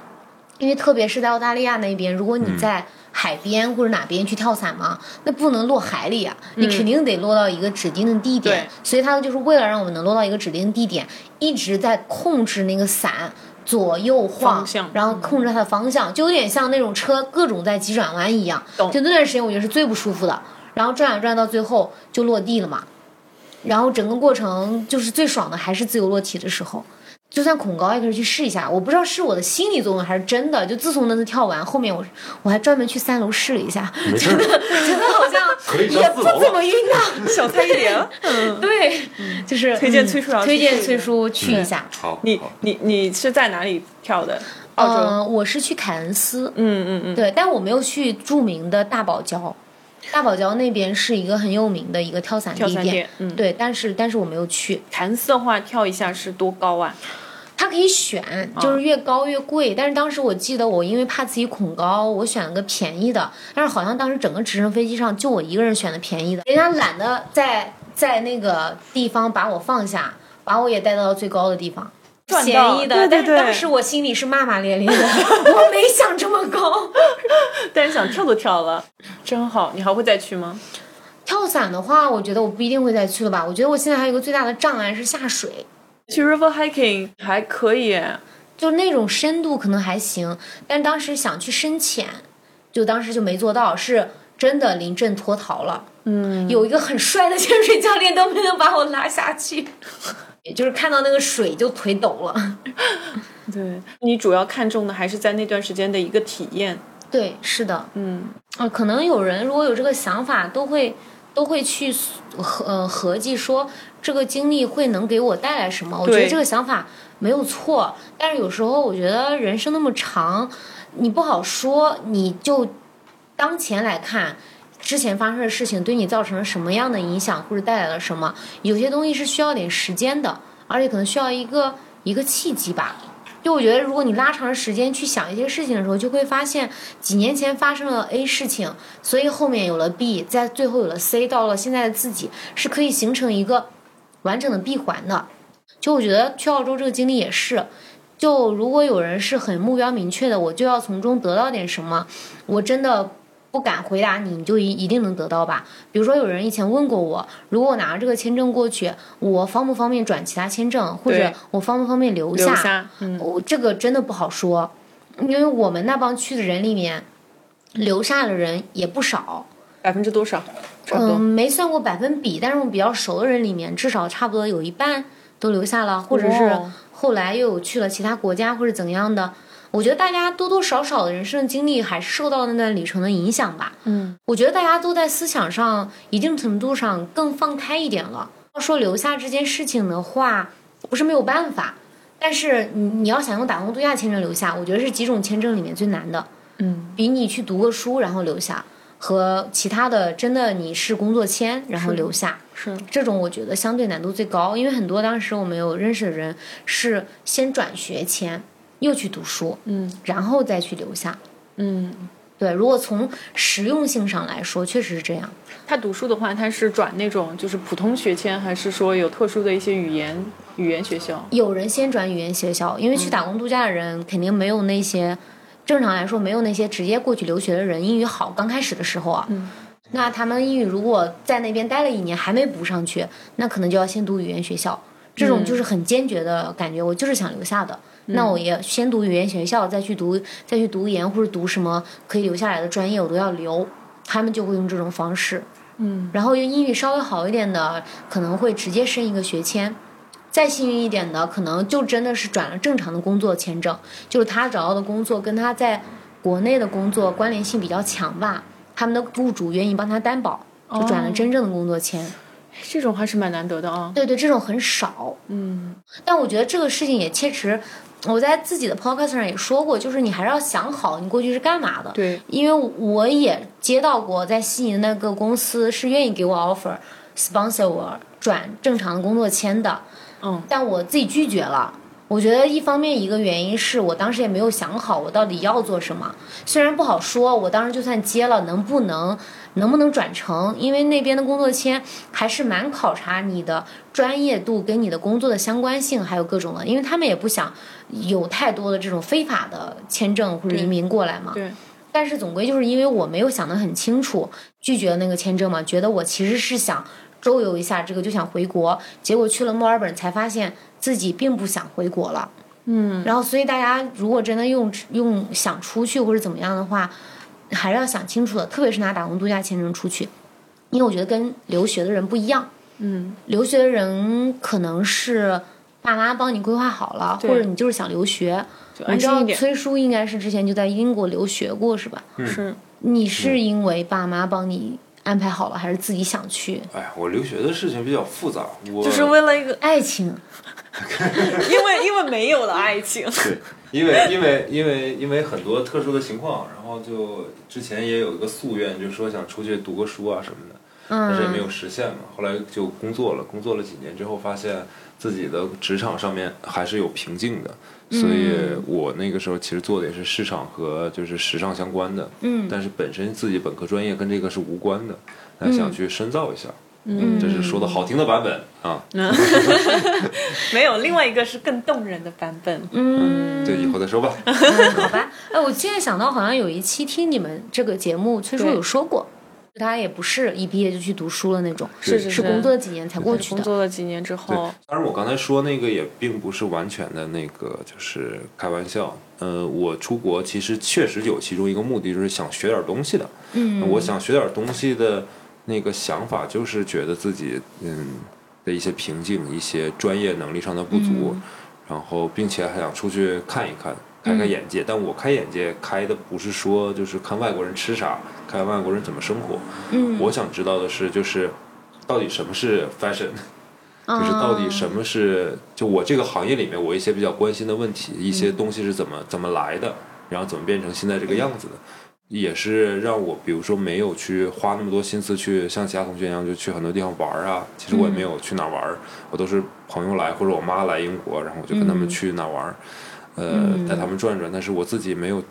Speaker 1: 因为特别是在澳大利亚那边，如果你在海边或者哪边去跳伞嘛，那不能落海里啊，你肯定得落到一个指定的地点。
Speaker 2: 对
Speaker 1: 所以它就是为了让我们能落到一个指定的地点，一直在控制那个伞。左右晃
Speaker 2: 方向，
Speaker 1: 然后控制它的方向，就有点像那种车各种在急转弯一样。
Speaker 2: 懂
Speaker 1: 就那段时间，我觉得是最不舒服的。然后转呀啊转，到最后就落地了嘛。然后整个过程就是最爽的，还是自由落体的时候。就算恐高也可以去试一下，我不知道是我的心理作用还是真的。就自从那次跳完，后面我我还专门去三楼试了一下， [laughs]
Speaker 5: 没事儿，
Speaker 1: 觉得好像
Speaker 5: 可以
Speaker 1: 也
Speaker 5: 上
Speaker 1: 不
Speaker 5: 四楼
Speaker 1: 怎
Speaker 5: 了。
Speaker 1: 么晕啊。
Speaker 2: 小菜一碟。
Speaker 1: 对，就是
Speaker 2: 嗯
Speaker 1: 嗯
Speaker 2: 推荐崔叔老师
Speaker 1: 推
Speaker 2: 去
Speaker 1: 荐
Speaker 2: 试一
Speaker 1: 崔
Speaker 2: 下
Speaker 1: 叔去一下。
Speaker 5: 好，
Speaker 2: [laughs] 你
Speaker 5: 好
Speaker 2: 你你是在哪里跳的？澳洲。
Speaker 1: 嗯、我是去凯恩斯，
Speaker 2: 嗯嗯嗯，
Speaker 1: 对，但我没有去著名的大堡礁。大堡礁那边是一个很有名的一个跳伞
Speaker 2: 跳
Speaker 1: 地
Speaker 2: 伞
Speaker 1: 点
Speaker 2: 点，嗯
Speaker 1: 对，但是但是我没有去，
Speaker 2: 凯恩斯的话，跳一下是多高啊？
Speaker 1: 它可以选，就是越高越贵。但是当时我记得我因为怕自己恐高，我选了个便宜的。但是好像当时整个直升飞机上就我一个人选的便宜的，人家懒得在在那个地方把我放下，把我也带到最高的地方。
Speaker 2: 赚
Speaker 1: 便
Speaker 2: 到
Speaker 1: 宜的，
Speaker 2: 对对
Speaker 1: 但是
Speaker 2: 对
Speaker 1: 当时我心里是骂骂咧咧的， [laughs] 我没想这么高。
Speaker 2: 但是想跳都跳了，真好。你还会再去吗？
Speaker 1: 跳伞的话，我觉得我不一定会再去了吧。我觉得我现在还有一个最大的障碍是下水，
Speaker 2: 去 river hiking 还可以，
Speaker 1: 就那种深度可能还行，但当时想去深潜，就当时就没做到，是真的临阵脱逃了。嗯，有一个很帅的潜水教练都没能把我拉下去， [laughs] 也就是看到那个水就腿抖了。
Speaker 2: 对你主要看重的还是在那段时间的一个体验。
Speaker 1: 对，是的，
Speaker 2: 嗯，
Speaker 1: 嗯，可能有人如果有这个想法，都会都会去合呃合计说这个经历会能给我带来什么。我觉得
Speaker 2: 对
Speaker 1: 这个想法没有错，但是有时候我觉得人生那么长，你不好说，你就当前来看。之前发生的事情对你造成了什么样的影响，或者带来了什么？有些东西是需要点时间的，而且可能需要一个一个契机吧。就我觉得，如果你拉长时间去想一些事情的时候，就会发现几年前发生了 A 事情，所以后面有了 B，在最后有了 C，到了现在的自己，是可以形成一个完整的闭环的。就我觉得去澳洲这个经历也是，就如果有人是很目标明确的，我就要从中得到点什么，我真的不敢回答你，你就一一定能得到吧？比如说有人以前问过我，如果我拿着这个签证过去，我方不方便转其他签证，或者
Speaker 2: 对
Speaker 1: 我方不方便留
Speaker 2: 留下，嗯，
Speaker 1: 我这个真的不好说，因为我们那帮去的人里面，留下的人也不少。
Speaker 2: 百分之多少？差不多。
Speaker 1: 嗯，没算过百分比，但是我们比较熟的人里面，至少差不多有一半都留下了，或者是
Speaker 2: 哇
Speaker 1: 后来又有去了其他国家或者怎样的。我觉得大家多多少少的人生的经历还是受到那段旅程的影响吧。
Speaker 2: 嗯，
Speaker 1: 我觉得大家都在思想上一定程度上更放开一点了。要说留下这件事情的话，不是没有办法，但是你你要想用打工度假签证留下，我觉得是几种签证里面最难的。嗯，比你去读个书然后留下，和其他的真的你是工作签然后留下，
Speaker 2: 是
Speaker 1: 这种我觉得相对难度最高，因为很多当时我们有认识的人是先转学签，又去读书，
Speaker 2: 嗯
Speaker 1: 然后再去留下。
Speaker 2: 嗯，
Speaker 1: 对，如果从实用性上来说，确实是这样。
Speaker 2: 他读书的话，他是转那种就是普通学签，还是说有特殊的一些语言语言学校？
Speaker 1: 有人先转语言学校，因为去打工度假的人肯定没有那些，正常来说没有那些直接过去留学的人英语好。刚开始的时候啊，
Speaker 2: 嗯
Speaker 1: 那他们英语如果在那边待了一年还没补上去，那可能就要先读语言学校。这种就是很坚决的感觉，我就是想留下的。那我也先读语言学校，再去读再去读研或者读什么可以留下来的专业，我都要留。他们就会用这种方式。
Speaker 2: 嗯，
Speaker 1: 然后英语稍微好一点的，可能会直接申一个学签；再幸运一点的，可能就真的是转了正常的工作签证，就是他找到的工作跟他在国内的工作关联性比较强吧，他们的雇主愿意帮他担保，就转了真正的工作签。
Speaker 2: 这种还是蛮难得的啊。
Speaker 1: 对对，这种很少。
Speaker 2: 嗯
Speaker 1: 但我觉得这个事情也切实，我在自己的 podcast 上也说过，就是你还是要想好你过去是干嘛的。
Speaker 2: 对
Speaker 1: 因为我也接到过在悉尼那个公司是愿意给我 offer sponsor 我转正常工作签的，
Speaker 2: 嗯，
Speaker 1: 但我自己拒绝了。我觉得一方面一个原因是我当时也没有想好我到底要做什么，虽然不好说，我当时就算接了能不能能不能转成，因为那边的工作签还是蛮考察你的专业度跟你的工作的相关性，还有各种的，因为他们也不想有太多的这种非法的签证或者移民过来嘛。
Speaker 2: 对，
Speaker 1: 但是总归就是因为我没有想得很清楚，拒绝那个签证嘛，觉得我其实是想周游一下，这个就想回国，结果去了墨尔本才发现自己并不想回国了。嗯，然后所以大家如果真的用用想出去或者怎么样的话，还是要想清楚的，特别是拿打工度假签证出去，因为我觉得跟留学的人不一样。
Speaker 2: 嗯
Speaker 1: 留学的人可能是爸妈帮你规划好了，
Speaker 2: 对
Speaker 1: 或者你就是想留学。我
Speaker 2: 安
Speaker 1: 知
Speaker 2: 心
Speaker 1: 道
Speaker 2: 一点嗯
Speaker 1: 崔叔应该是之前就在英国留学过，是吧？
Speaker 2: 是
Speaker 1: 你是因为爸妈帮你安排好了，还是自己想去？
Speaker 5: 哎，我留学的事情比较复杂，我
Speaker 2: 就是为了一个， [laughs]
Speaker 1: 爱情，
Speaker 2: 因为因为没有了爱情，
Speaker 5: 对，因为因为因为因为很多特殊的情况，然后就之前也有一个夙愿，就是说想出去读个书啊什么的，但是也没
Speaker 1: 嗯
Speaker 5: 有实现嘛。后来就工作了，工作了几年之后，发现自己的职场上面还是有瓶颈的，所以
Speaker 1: 嗯
Speaker 5: 我那个时候其实做的也是市场和就是时尚相关的，
Speaker 1: 嗯
Speaker 5: 但是本身自己本科专业跟这个是无关的，那想去深造一下，
Speaker 1: 嗯，
Speaker 5: 这是说的好听的版本啊，
Speaker 2: 没有另外一个是更动人的版本。
Speaker 1: 嗯，
Speaker 5: 对，以后再说吧。
Speaker 2: 嗯
Speaker 1: 好吧。哎，我现在想到，好像有一期听你们这个节目，崔叔
Speaker 2: 对
Speaker 1: 有说过，他也不是一毕业就去读书了那种，
Speaker 2: 是
Speaker 5: 是
Speaker 2: 是
Speaker 1: 是工作几年才过去
Speaker 2: 工
Speaker 1: 的。
Speaker 2: 作了几年之
Speaker 5: 对
Speaker 2: 后，，
Speaker 5: 当然我刚才说那个也并不是完全的那个，就是开玩笑。呃，我出国其实确实有其中一个目的，就是想学点东西的。嗯，我想学点东西的那个想法，就是觉得自己嗯的一些瓶颈，一些专业能力上的不足，然后并且还想出去看一看。开开眼界，但我开眼界开的不是说就是看外国人吃啥，看外国人怎么生活。嗯，我想知道的是，就是到底什么是 fashion，就是到
Speaker 1: 嗯
Speaker 5: 底什么是就我这个行业里面我一些比较关心的问题，一些东西是怎么怎么来的，然后怎么变成现在这个样子的，也是让我比如说没有去花那么多心思去像其他同学一样就去很多地方玩儿啊，其实我也没有去哪儿玩儿，我都是朋友来或者我妈来英国，然后我就跟他们去哪儿玩儿，呃，带他们转转，但是我自己没有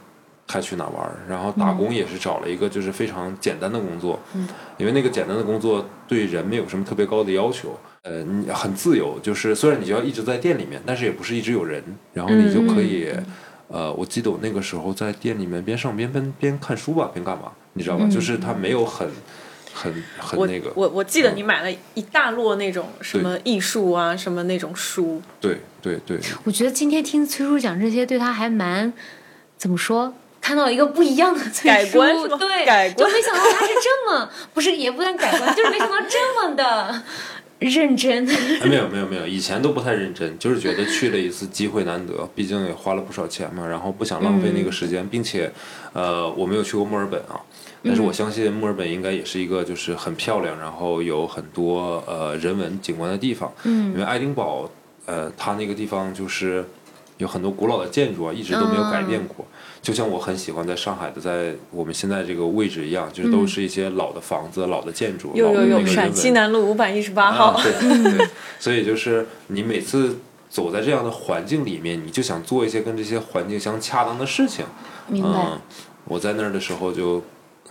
Speaker 5: 太去哪儿玩儿，然后打工也是找了一个就是非常简单的工作，因为那个简单的工作对人没有什么特别高的要求，呃，你很自由，就是虽然你就要一直在店里面，但是也不是一直有人，然后你就可以，
Speaker 2: 嗯
Speaker 5: 呃，我记得我那个时候在店里面边上边边边看书吧，边干嘛，你知道吧？就是它没有很很很
Speaker 2: 嗯我
Speaker 5: 那个，
Speaker 2: 我我记得你买了一大摞那种什么艺术啊，什么那种书，
Speaker 5: 对对对，
Speaker 1: 我觉得今天听崔叔讲这些，对他还蛮怎么说？看到一个不一样的崔叔，
Speaker 2: 改观是吗
Speaker 1: 对，
Speaker 2: 改观
Speaker 1: 就没想到他是这么，不是也不算改观，就是没想到这么的认真。 [laughs]
Speaker 5: 哎没有没有没有，以前都不太认真，就是觉得去了一次机会难得，毕竟也花了不少钱嘛，然后不想浪费
Speaker 2: 嗯
Speaker 5: 那个时间，并且，呃，我没有去过墨尔本啊，但
Speaker 2: 嗯
Speaker 5: 是我相信墨尔本应该也是一个就是很漂亮，然后有很多呃人文景观的地方，嗯，因为爱丁堡，呃，它那个地方就是。有很多古老的建筑啊，一直都没有改变过。
Speaker 2: 嗯
Speaker 5: 就像我很喜欢在上海的，在我们现在这个位置一样，就是都是一些老的房子、老的建筑、
Speaker 2: 嗯有
Speaker 5: 老的
Speaker 2: 有
Speaker 5: 那
Speaker 2: 有，
Speaker 5: 个人
Speaker 2: 陕
Speaker 5: 文
Speaker 2: 西南路五百一十八号
Speaker 5: 啊，，对对，所以就是你每次走在这样的环境里面，你就想做一些跟这些环境相恰当的事情。
Speaker 1: 明白
Speaker 5: 嗯，，我在那儿的时候就。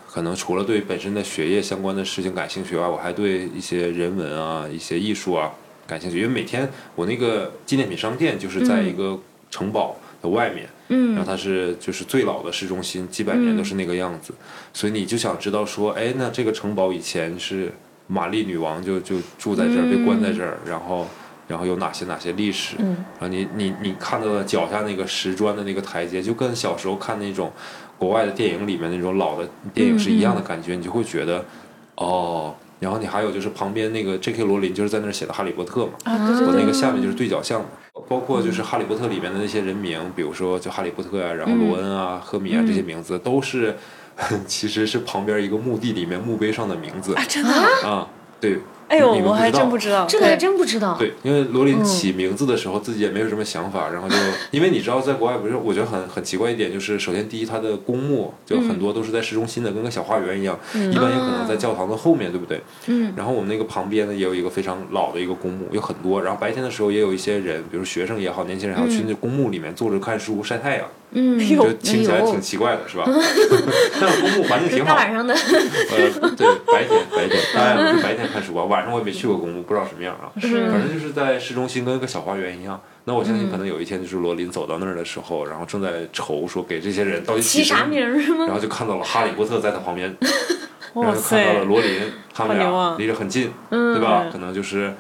Speaker 5: 可能除了对本身的学业相关的事情感兴趣外，我还对一些人文啊、一些艺术啊感兴趣。因为每天我那个纪念品商店就是在一个城堡的外面，然后
Speaker 1: 嗯
Speaker 5: 它是就是最老的市中心，几百年都是那个样
Speaker 1: 嗯
Speaker 5: 子，所以你就想知道说，哎，那这个城堡以前是玛丽女王就就住在这儿，被关在这儿，然后然后有哪些哪些历史，
Speaker 1: 嗯
Speaker 5: 然后你你你看到的脚下那个石砖的那个台阶，就跟小时候看那种国外的电影里面那种老的电影是一
Speaker 2: 嗯
Speaker 5: 样的感觉，你就会觉得哦。然后你还有就是旁边那个 J.K. 罗琳就是在那儿写的《哈利波特》嘛，
Speaker 2: [laughs] 啊，对
Speaker 5: 我
Speaker 2: 对
Speaker 5: 那
Speaker 2: 对，
Speaker 5: 个下面就是对角巷嘛，
Speaker 2: 嗯
Speaker 5: 包括就是《哈利波特》里面的那些人名，比如说就哈利波特啊，然
Speaker 2: 嗯
Speaker 5: 后罗恩啊、赫敏啊这些名字，都是 [laughs] 其实是旁边一个墓地里面墓碑上的名字
Speaker 2: 啊，真的啊，
Speaker 5: 啊。对，
Speaker 2: 哎呦，
Speaker 5: 你们
Speaker 2: 我还真
Speaker 5: 不
Speaker 2: 不
Speaker 5: 知
Speaker 2: 知道，
Speaker 1: 这个还
Speaker 2: 对
Speaker 1: 真不知道。
Speaker 5: 对，因为罗琳起名字的时候自己也没有什么想法，然后就因为你知道，在国外不是我觉得很很奇怪一点，就是首先第一，它的公墓就
Speaker 1: 嗯
Speaker 5: 很多都是在市中心的，跟个小花园一样，一般也可能在教堂的后面，对不对？
Speaker 1: 啊嗯。
Speaker 5: 然后我们那个旁边呢，也有一个非常老的一个公墓，有很多。然后白天的时候也有一些人，比如学生也好，年轻人也好，去那公墓里面坐着看书晒太阳，
Speaker 1: 嗯，
Speaker 2: 哎呦
Speaker 5: 就听起来挺奇怪
Speaker 1: [laughs]
Speaker 5: 的，是吧？但是公墓环境挺
Speaker 1: 大
Speaker 5: 好，
Speaker 1: 晚
Speaker 2: [laughs]
Speaker 1: 上的，
Speaker 5: 呃，对，白天白天，当然我是白天看书吧，晚上我也没去过公墓，不知道什么样啊。
Speaker 1: 是
Speaker 5: 反正就是在市中心跟个小花园一样。那我相信可
Speaker 2: 嗯
Speaker 5: 能有一天就是罗琳走到那儿的时候，然后正在愁说给这些人到底
Speaker 1: 起
Speaker 5: 什
Speaker 1: 啥
Speaker 5: 么
Speaker 1: 名儿是
Speaker 5: 然
Speaker 1: 吗？
Speaker 5: 后就看到了哈利波特在他旁
Speaker 2: [laughs]
Speaker 5: 边，然
Speaker 2: 哇
Speaker 5: 后就看到了
Speaker 2: 塞，
Speaker 5: 罗琳，他们
Speaker 2: 好牛
Speaker 5: 俩
Speaker 2: 啊
Speaker 5: 离着很近，
Speaker 2: 嗯
Speaker 5: 对吧？可能就是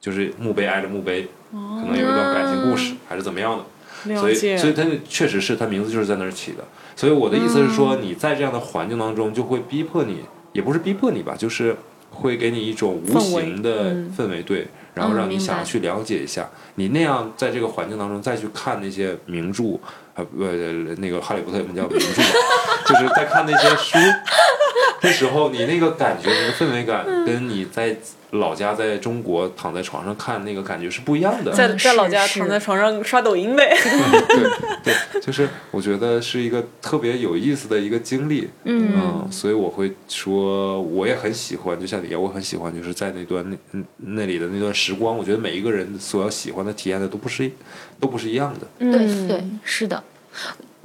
Speaker 5: 就是墓碑挨着墓碑，可能有一
Speaker 2: 嗯
Speaker 5: 段感情故事还是怎么样的。所
Speaker 2: 了
Speaker 5: 以，
Speaker 2: 解，
Speaker 5: 所以它确实是它名字就是在那儿起的。所以我的意思是说，
Speaker 2: 嗯
Speaker 5: 你在这样的环境当中，就会逼迫你，也不是逼迫你吧，就是会给你一种无形的
Speaker 2: 嗯
Speaker 5: 氛围，对，然后让你
Speaker 1: 明白
Speaker 5: 想要去了解一下。你那样在这个环境当中再去看那些名著，呃呃，那个《哈利波特》也不叫名著吧， [laughs] 就是在看那些书。这时候，你那个感觉，那个氛围感，
Speaker 2: 嗯
Speaker 5: 跟你在老家在中国躺在床上看那个感觉是不一样的。
Speaker 2: 在在
Speaker 1: 是
Speaker 2: 老家
Speaker 1: 是
Speaker 2: 躺在床上刷抖音呗，
Speaker 5: 嗯对对，就是我觉得是一个特别有意思的一个经历，
Speaker 1: 嗯
Speaker 5: 嗯，所以我会说我也很喜欢，就像你一样，我很喜欢，就是在那段那嗯那里的那段时光，我觉得每一个人所要喜欢的、体验的都不是都不是一样的。
Speaker 1: 对对，是的。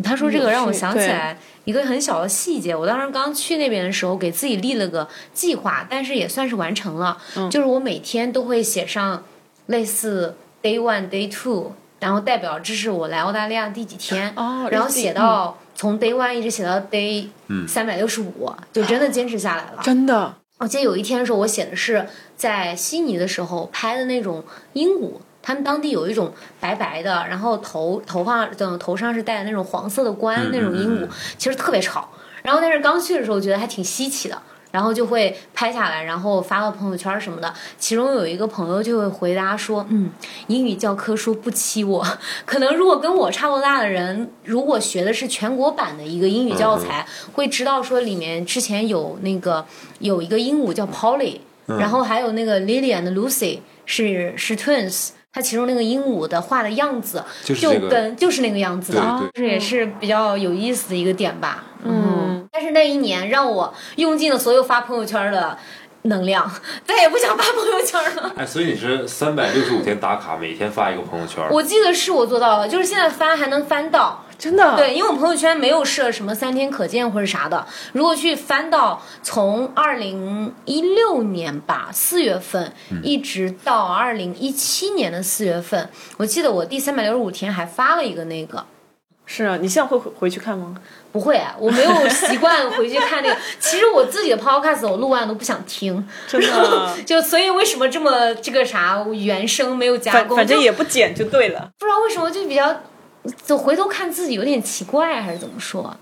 Speaker 1: 他说这个让我
Speaker 2: 是
Speaker 1: 想起
Speaker 2: 嗯对
Speaker 1: 来一个很小的细节，我当时刚去那边的时候，给自己立了个计划，但是也算是完成了。
Speaker 2: 嗯
Speaker 1: 就是我每天都会写上类似 day one、day two，然后代表这是我来澳大利亚第几天，
Speaker 2: 哦
Speaker 1: 然后
Speaker 2: 日记
Speaker 1: 写到从 day one 一直写到 day 三百六十五，就真的坚持下来了。
Speaker 2: 真的，
Speaker 1: 我记得有一天的时候，我写的是在悉尼的时候拍的那种鹦鹉，他们当地有一种白白的，然后头头发等头上是戴的那种黄色的冠那种鹦鹉，其实特别吵。然后但是刚去的时候觉得还挺稀奇的，然后就会拍下来，然后发到朋友圈什么的。其中有一个朋友就会回答说：“嗯，英语教科书不欺我。 [laughs] 可能如果跟我差不多大的人，如果学的是全国版的一个英语教
Speaker 5: 嗯
Speaker 1: 材，会知道说里面之前有那个有一个鹦鹉叫 Polly，、然
Speaker 5: 嗯
Speaker 1: 后还有那个 Lily and Lucy 是是 twins。”它其中那个鹦鹉的画的样子，
Speaker 5: 就是
Speaker 1: 就
Speaker 5: 这个
Speaker 1: 跟就是那个样子的，
Speaker 5: 对
Speaker 1: 这也是比较有意思的一个点吧。
Speaker 2: 嗯，
Speaker 1: 但是那一年让我用尽了所有发朋友圈的能量，再也不想发朋友圈了。
Speaker 5: 哎，所以你是三百六十五天打卡，每天发一个朋友圈。
Speaker 1: 我记得是我做到了，就是现在翻还能翻到。
Speaker 2: 真的，
Speaker 1: 对，因为我朋友圈没有设什么三天可见或者啥的。如果去翻到从二零一六年吧四月份，一直到二零一七年的四月份，我记得我第三百六十五天还发了一个那个，
Speaker 2: 是啊，你现在会回回去看吗？
Speaker 1: 不会，我没有习惯回去看那个。其实我自己的 podcast 我录完都不想听，
Speaker 2: 真 [laughs] 的，
Speaker 1: 就所以为什么这么这个啥原声没有加
Speaker 2: 反
Speaker 1: 工？
Speaker 2: 反正
Speaker 1: 就
Speaker 2: 也不剪就对了。
Speaker 1: 不知道为什么就比较，就回头看自己有点奇怪，还是怎么说？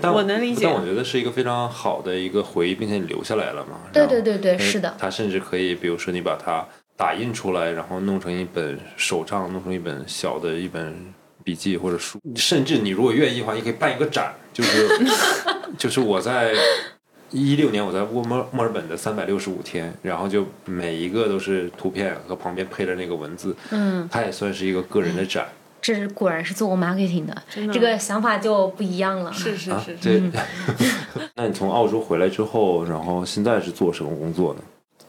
Speaker 5: 但
Speaker 2: 我能理解
Speaker 5: 但我觉得是一个非常好的一个回忆，并且你留下来了嘛。
Speaker 1: 对
Speaker 5: 然后
Speaker 1: 对对对
Speaker 5: 嗯
Speaker 1: 是的
Speaker 5: 它甚至可以，比如说你把它打印出来，然后弄成一本手账，弄成一本小的一本笔记或者书，甚至你如果愿意的话，你可以办一个展，就是
Speaker 1: [laughs]
Speaker 5: 就是我在。一六年我在墨墨墨尔本的三百六十五天，然后就每一个都是图片和旁边配着那个文字，
Speaker 1: 嗯，
Speaker 5: 它也算是一个个人的展，
Speaker 1: 这果然是做过 marketing 的，
Speaker 2: 的
Speaker 1: 这个想法就不一样了。
Speaker 2: 是是
Speaker 5: 啊
Speaker 2: 是，，
Speaker 5: 这， [laughs] 那你从澳洲回来之后，然后现在是做什么工作呢？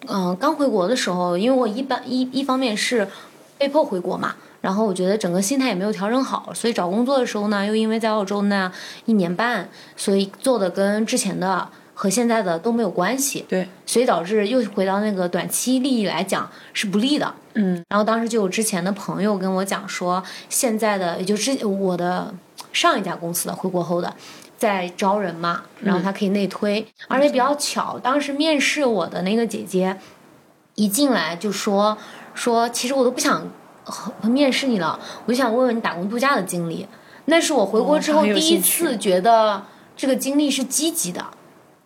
Speaker 1: 嗯、刚回国的时候，因为我一般一一方面是被迫回国嘛，然后我觉得整个心态也没有调整好，所以找工作的时候呢，又因为在澳洲那一年半，所以做的跟之前的和现在的都没有关系，
Speaker 2: 对，
Speaker 1: 所以导致又回到那个短期利益来讲是不利的。
Speaker 2: 嗯，
Speaker 1: 然后当时就有之前的朋友跟我讲说，现在的也就之我的上一家公司的回国后的。在招人嘛，然
Speaker 2: 嗯
Speaker 1: 后他可以内推，而且比较巧，当时面试我的那个姐姐，一进来就说说，其实我都不想呃面试你了，我就想问问你打工度假的经历。那是我回国之
Speaker 2: 哦
Speaker 1: 后
Speaker 2: 很有
Speaker 1: 第一
Speaker 2: 兴趣
Speaker 1: 次觉得这个经历是积极的。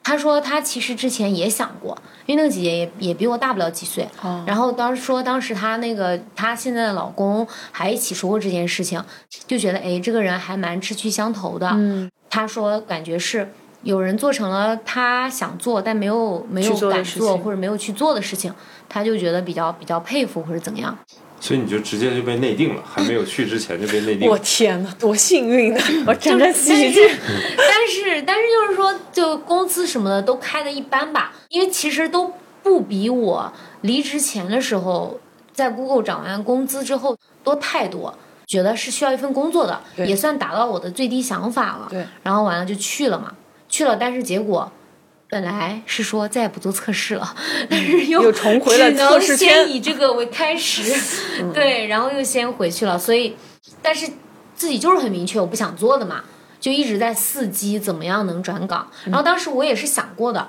Speaker 1: 她说她其实之前也想过，因为那个姐姐也也比我大不了几岁，
Speaker 2: 哦
Speaker 1: 然后当时说当时她那个她现在的老公还一起说过这件事情，就觉得哎这个人还蛮志趣相投的。
Speaker 2: 嗯，
Speaker 1: 她说感觉是有人做成了她想做但没有没
Speaker 2: 去
Speaker 1: 有
Speaker 2: 做的
Speaker 1: 敢
Speaker 2: 事
Speaker 1: 做
Speaker 2: 情
Speaker 1: 或者没有去做的事情，她就觉得比较比较佩服或者怎样。
Speaker 5: 所以你就直接就被内定了，还没有去之前就被内定
Speaker 2: 我
Speaker 5: 了。
Speaker 2: 天哪，多幸运的，我沾沾喜
Speaker 1: 但
Speaker 2: 剧
Speaker 1: 是，但是但是就是说，就工资什么的都开的一般吧，因为其实都不比我离职前的时候在 Google 涨完工资之后多太多。觉得是需要一份工作的，
Speaker 2: 对
Speaker 1: 也算达到我的最低想法了。
Speaker 2: 对，
Speaker 1: 然后完了就去了嘛，去了，但是结果本来是说再也不做测试了，但是又
Speaker 2: 嗯又重回了
Speaker 1: 只能
Speaker 2: 测试圈嗯
Speaker 1: 先以这个为开始，对，然后又先回去了，所以，但是自己就是很明确我不想做的嘛，就一直在伺机怎么样能转岗。然后当时我也是想过的，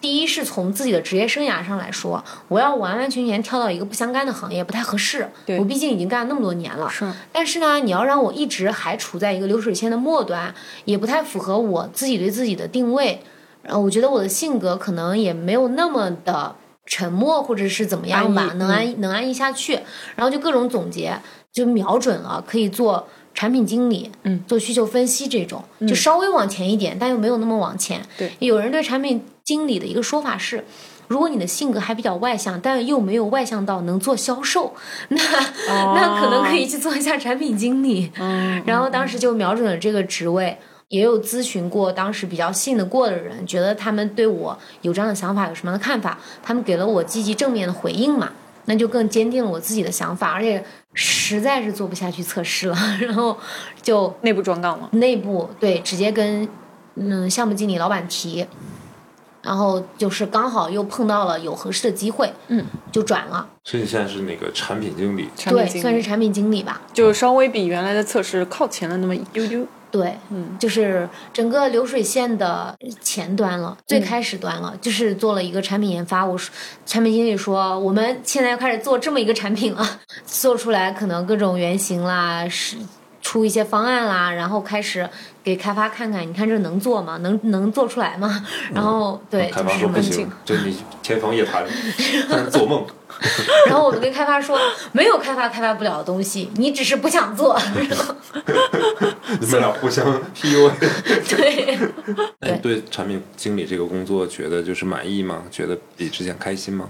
Speaker 1: 第一是从自己的职业生涯上来说，我要完完全全跳到一个不相干的行业不太合适，
Speaker 2: 对
Speaker 1: 我毕竟已经干了那么多年了。
Speaker 2: 是
Speaker 1: 但是呢，你要让我一直还处在一个流水线的末端，也不太符合我自己对自己的定位。然后呃我觉得我的性格可能也没有那么的沉默，或者是怎么样吧
Speaker 2: 安，逸嗯
Speaker 1: 能安逸能安逸下去。然后就各种总结，就瞄准了可以做产品经理，
Speaker 2: 嗯，
Speaker 1: 做需求分析这种，就稍微往前一点，但又没有那么往前。
Speaker 2: 对，
Speaker 1: 有人对产品经理的一个说法是。如果你的性格还比较外向，但又没有外向到能做销售， [laughs] 那、那可能可以去做一下产品经理。
Speaker 2: 哦嗯，
Speaker 1: 然后当时就瞄准了这个职位，也有咨询过当时比较信得过的人，觉得他们对我有这样的想法，有什么样的看法，他们给了我积极正面的回应嘛，那就更坚定了我自己的想法，而且实在是做不下去测试了， [laughs] 然后就
Speaker 2: 内部转岗吗？
Speaker 1: 内部对直接跟嗯项目经理、老板提，然后就是刚好又碰到了有合适的机会，
Speaker 2: 嗯，
Speaker 1: 就转了，
Speaker 5: 所以你现在是那个产品经理，
Speaker 2: 产
Speaker 1: 对，
Speaker 2: 品经理
Speaker 1: 算是产品经理吧。
Speaker 2: 就稍微比原来的测试靠前了那么一丢丢。
Speaker 1: 对，
Speaker 2: 嗯，
Speaker 1: 就是整个流水线的前端了，最开始端了，就是做了一个产品研发。我说，产品经理说，我们现在要开始做这么一个产品了， [laughs] 做出来可能各种原型啦，是出一些方案啦，然后开始给开发看看，你看这能做吗？能能做出来吗？然后、对，
Speaker 5: 嗯开
Speaker 1: 就
Speaker 5: 发
Speaker 1: 是
Speaker 5: 说
Speaker 1: 这么
Speaker 5: 不
Speaker 1: 一个
Speaker 5: 行，就你天方夜谭，在那做梦。
Speaker 1: 然后我就跟开发说， [laughs] 没有开发开发不了的东西，你只是不想做。 [laughs] 然后
Speaker 5: 你们俩互相 PUA。
Speaker 1: 对，
Speaker 5: 那你对产品经理这个工作觉得就是满意吗？觉得比之前开心吗？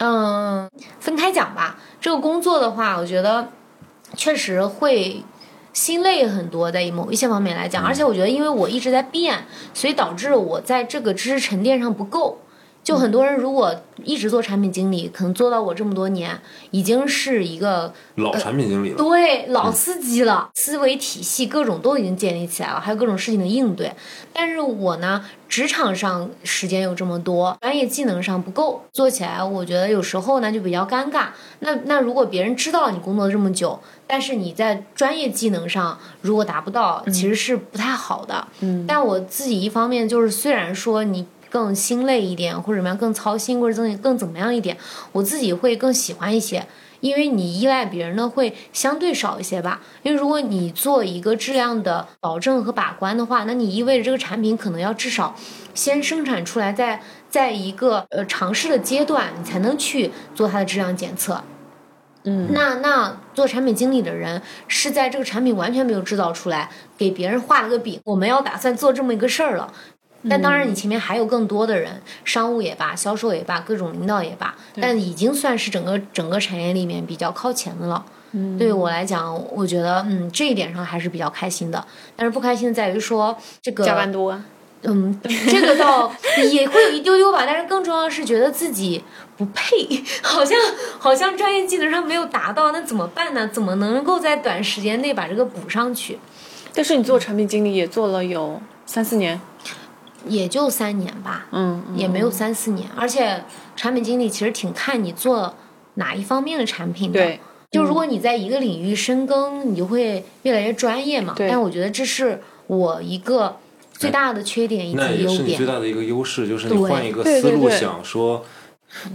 Speaker 1: 嗯，分开讲吧。这个工作的话，我觉得确实会心累很多，在某一些方面来讲。而且我觉得，因为我一直在变，所以导致我在这个知识沉淀上不够。就很多人如果一直做产品经理，可能做到我这么多年，已经是一个
Speaker 5: 老产品经理了，
Speaker 1: 对，老司机了，思维体系各种都已经建立起来了，还有各种事情的应对。但是我呢，职场上时间有这么多，专业技能上不够，做起来我觉得有时候呢就比较尴尬。那那如果别人知道你工作这么久，但是你在专业技能上如果达不到，其实是不太好的。嗯，但我自己一方面就是，虽然说你。更心累一点，或者怎么样，更操心，或者更更怎么样一点，我自己会更喜欢一些。因为你依赖别人的会相对少一些吧。因为如果你做一个质量的保证和把关的话，那你意味着这个产品可能要至少先生产出来在，在一个呃尝试的阶段，你才能去做它的质量检测。
Speaker 2: 嗯，
Speaker 1: 那那做产品经理的人是在这个产品完全没有制造出来，给别人画了个饼，我们要打算做这么一个事儿了。但当
Speaker 2: 嗯
Speaker 1: 然，你前面还有更多的人，商务也罢，销售也罢，各种领导也罢，但已经算是整个整个产业里面比较靠前的了。
Speaker 2: 嗯
Speaker 1: 对于我来讲，我觉得嗯这一点上还是比较开心的。但是不开心在于说这个
Speaker 2: 加班多，
Speaker 1: 嗯，这个倒也会有一丢丢吧，但是更重要的是觉得自己不配，好像好像专业技能上没有达到，那怎么办呢？怎么能够在短时间内把这个补上去？
Speaker 2: 但是你做产品经理也做了有三四年，
Speaker 1: 也就三年吧，
Speaker 2: 嗯，嗯
Speaker 1: 也没有三四年。而且产品经理其实挺看你做哪一方面的产品的。
Speaker 2: 对，嗯
Speaker 1: 就如果你在一个领域深耕，你就会越来越专业嘛。
Speaker 2: 对
Speaker 1: 但我觉得这是我一个最大的缺点以
Speaker 5: 哎那
Speaker 1: 及
Speaker 5: 也
Speaker 1: 优
Speaker 5: 是你最
Speaker 1: 点。
Speaker 5: 大的一个优势，就是
Speaker 1: 对
Speaker 5: 你换一个
Speaker 2: 对
Speaker 5: 思
Speaker 2: 对
Speaker 5: 路
Speaker 2: 对
Speaker 5: 想说，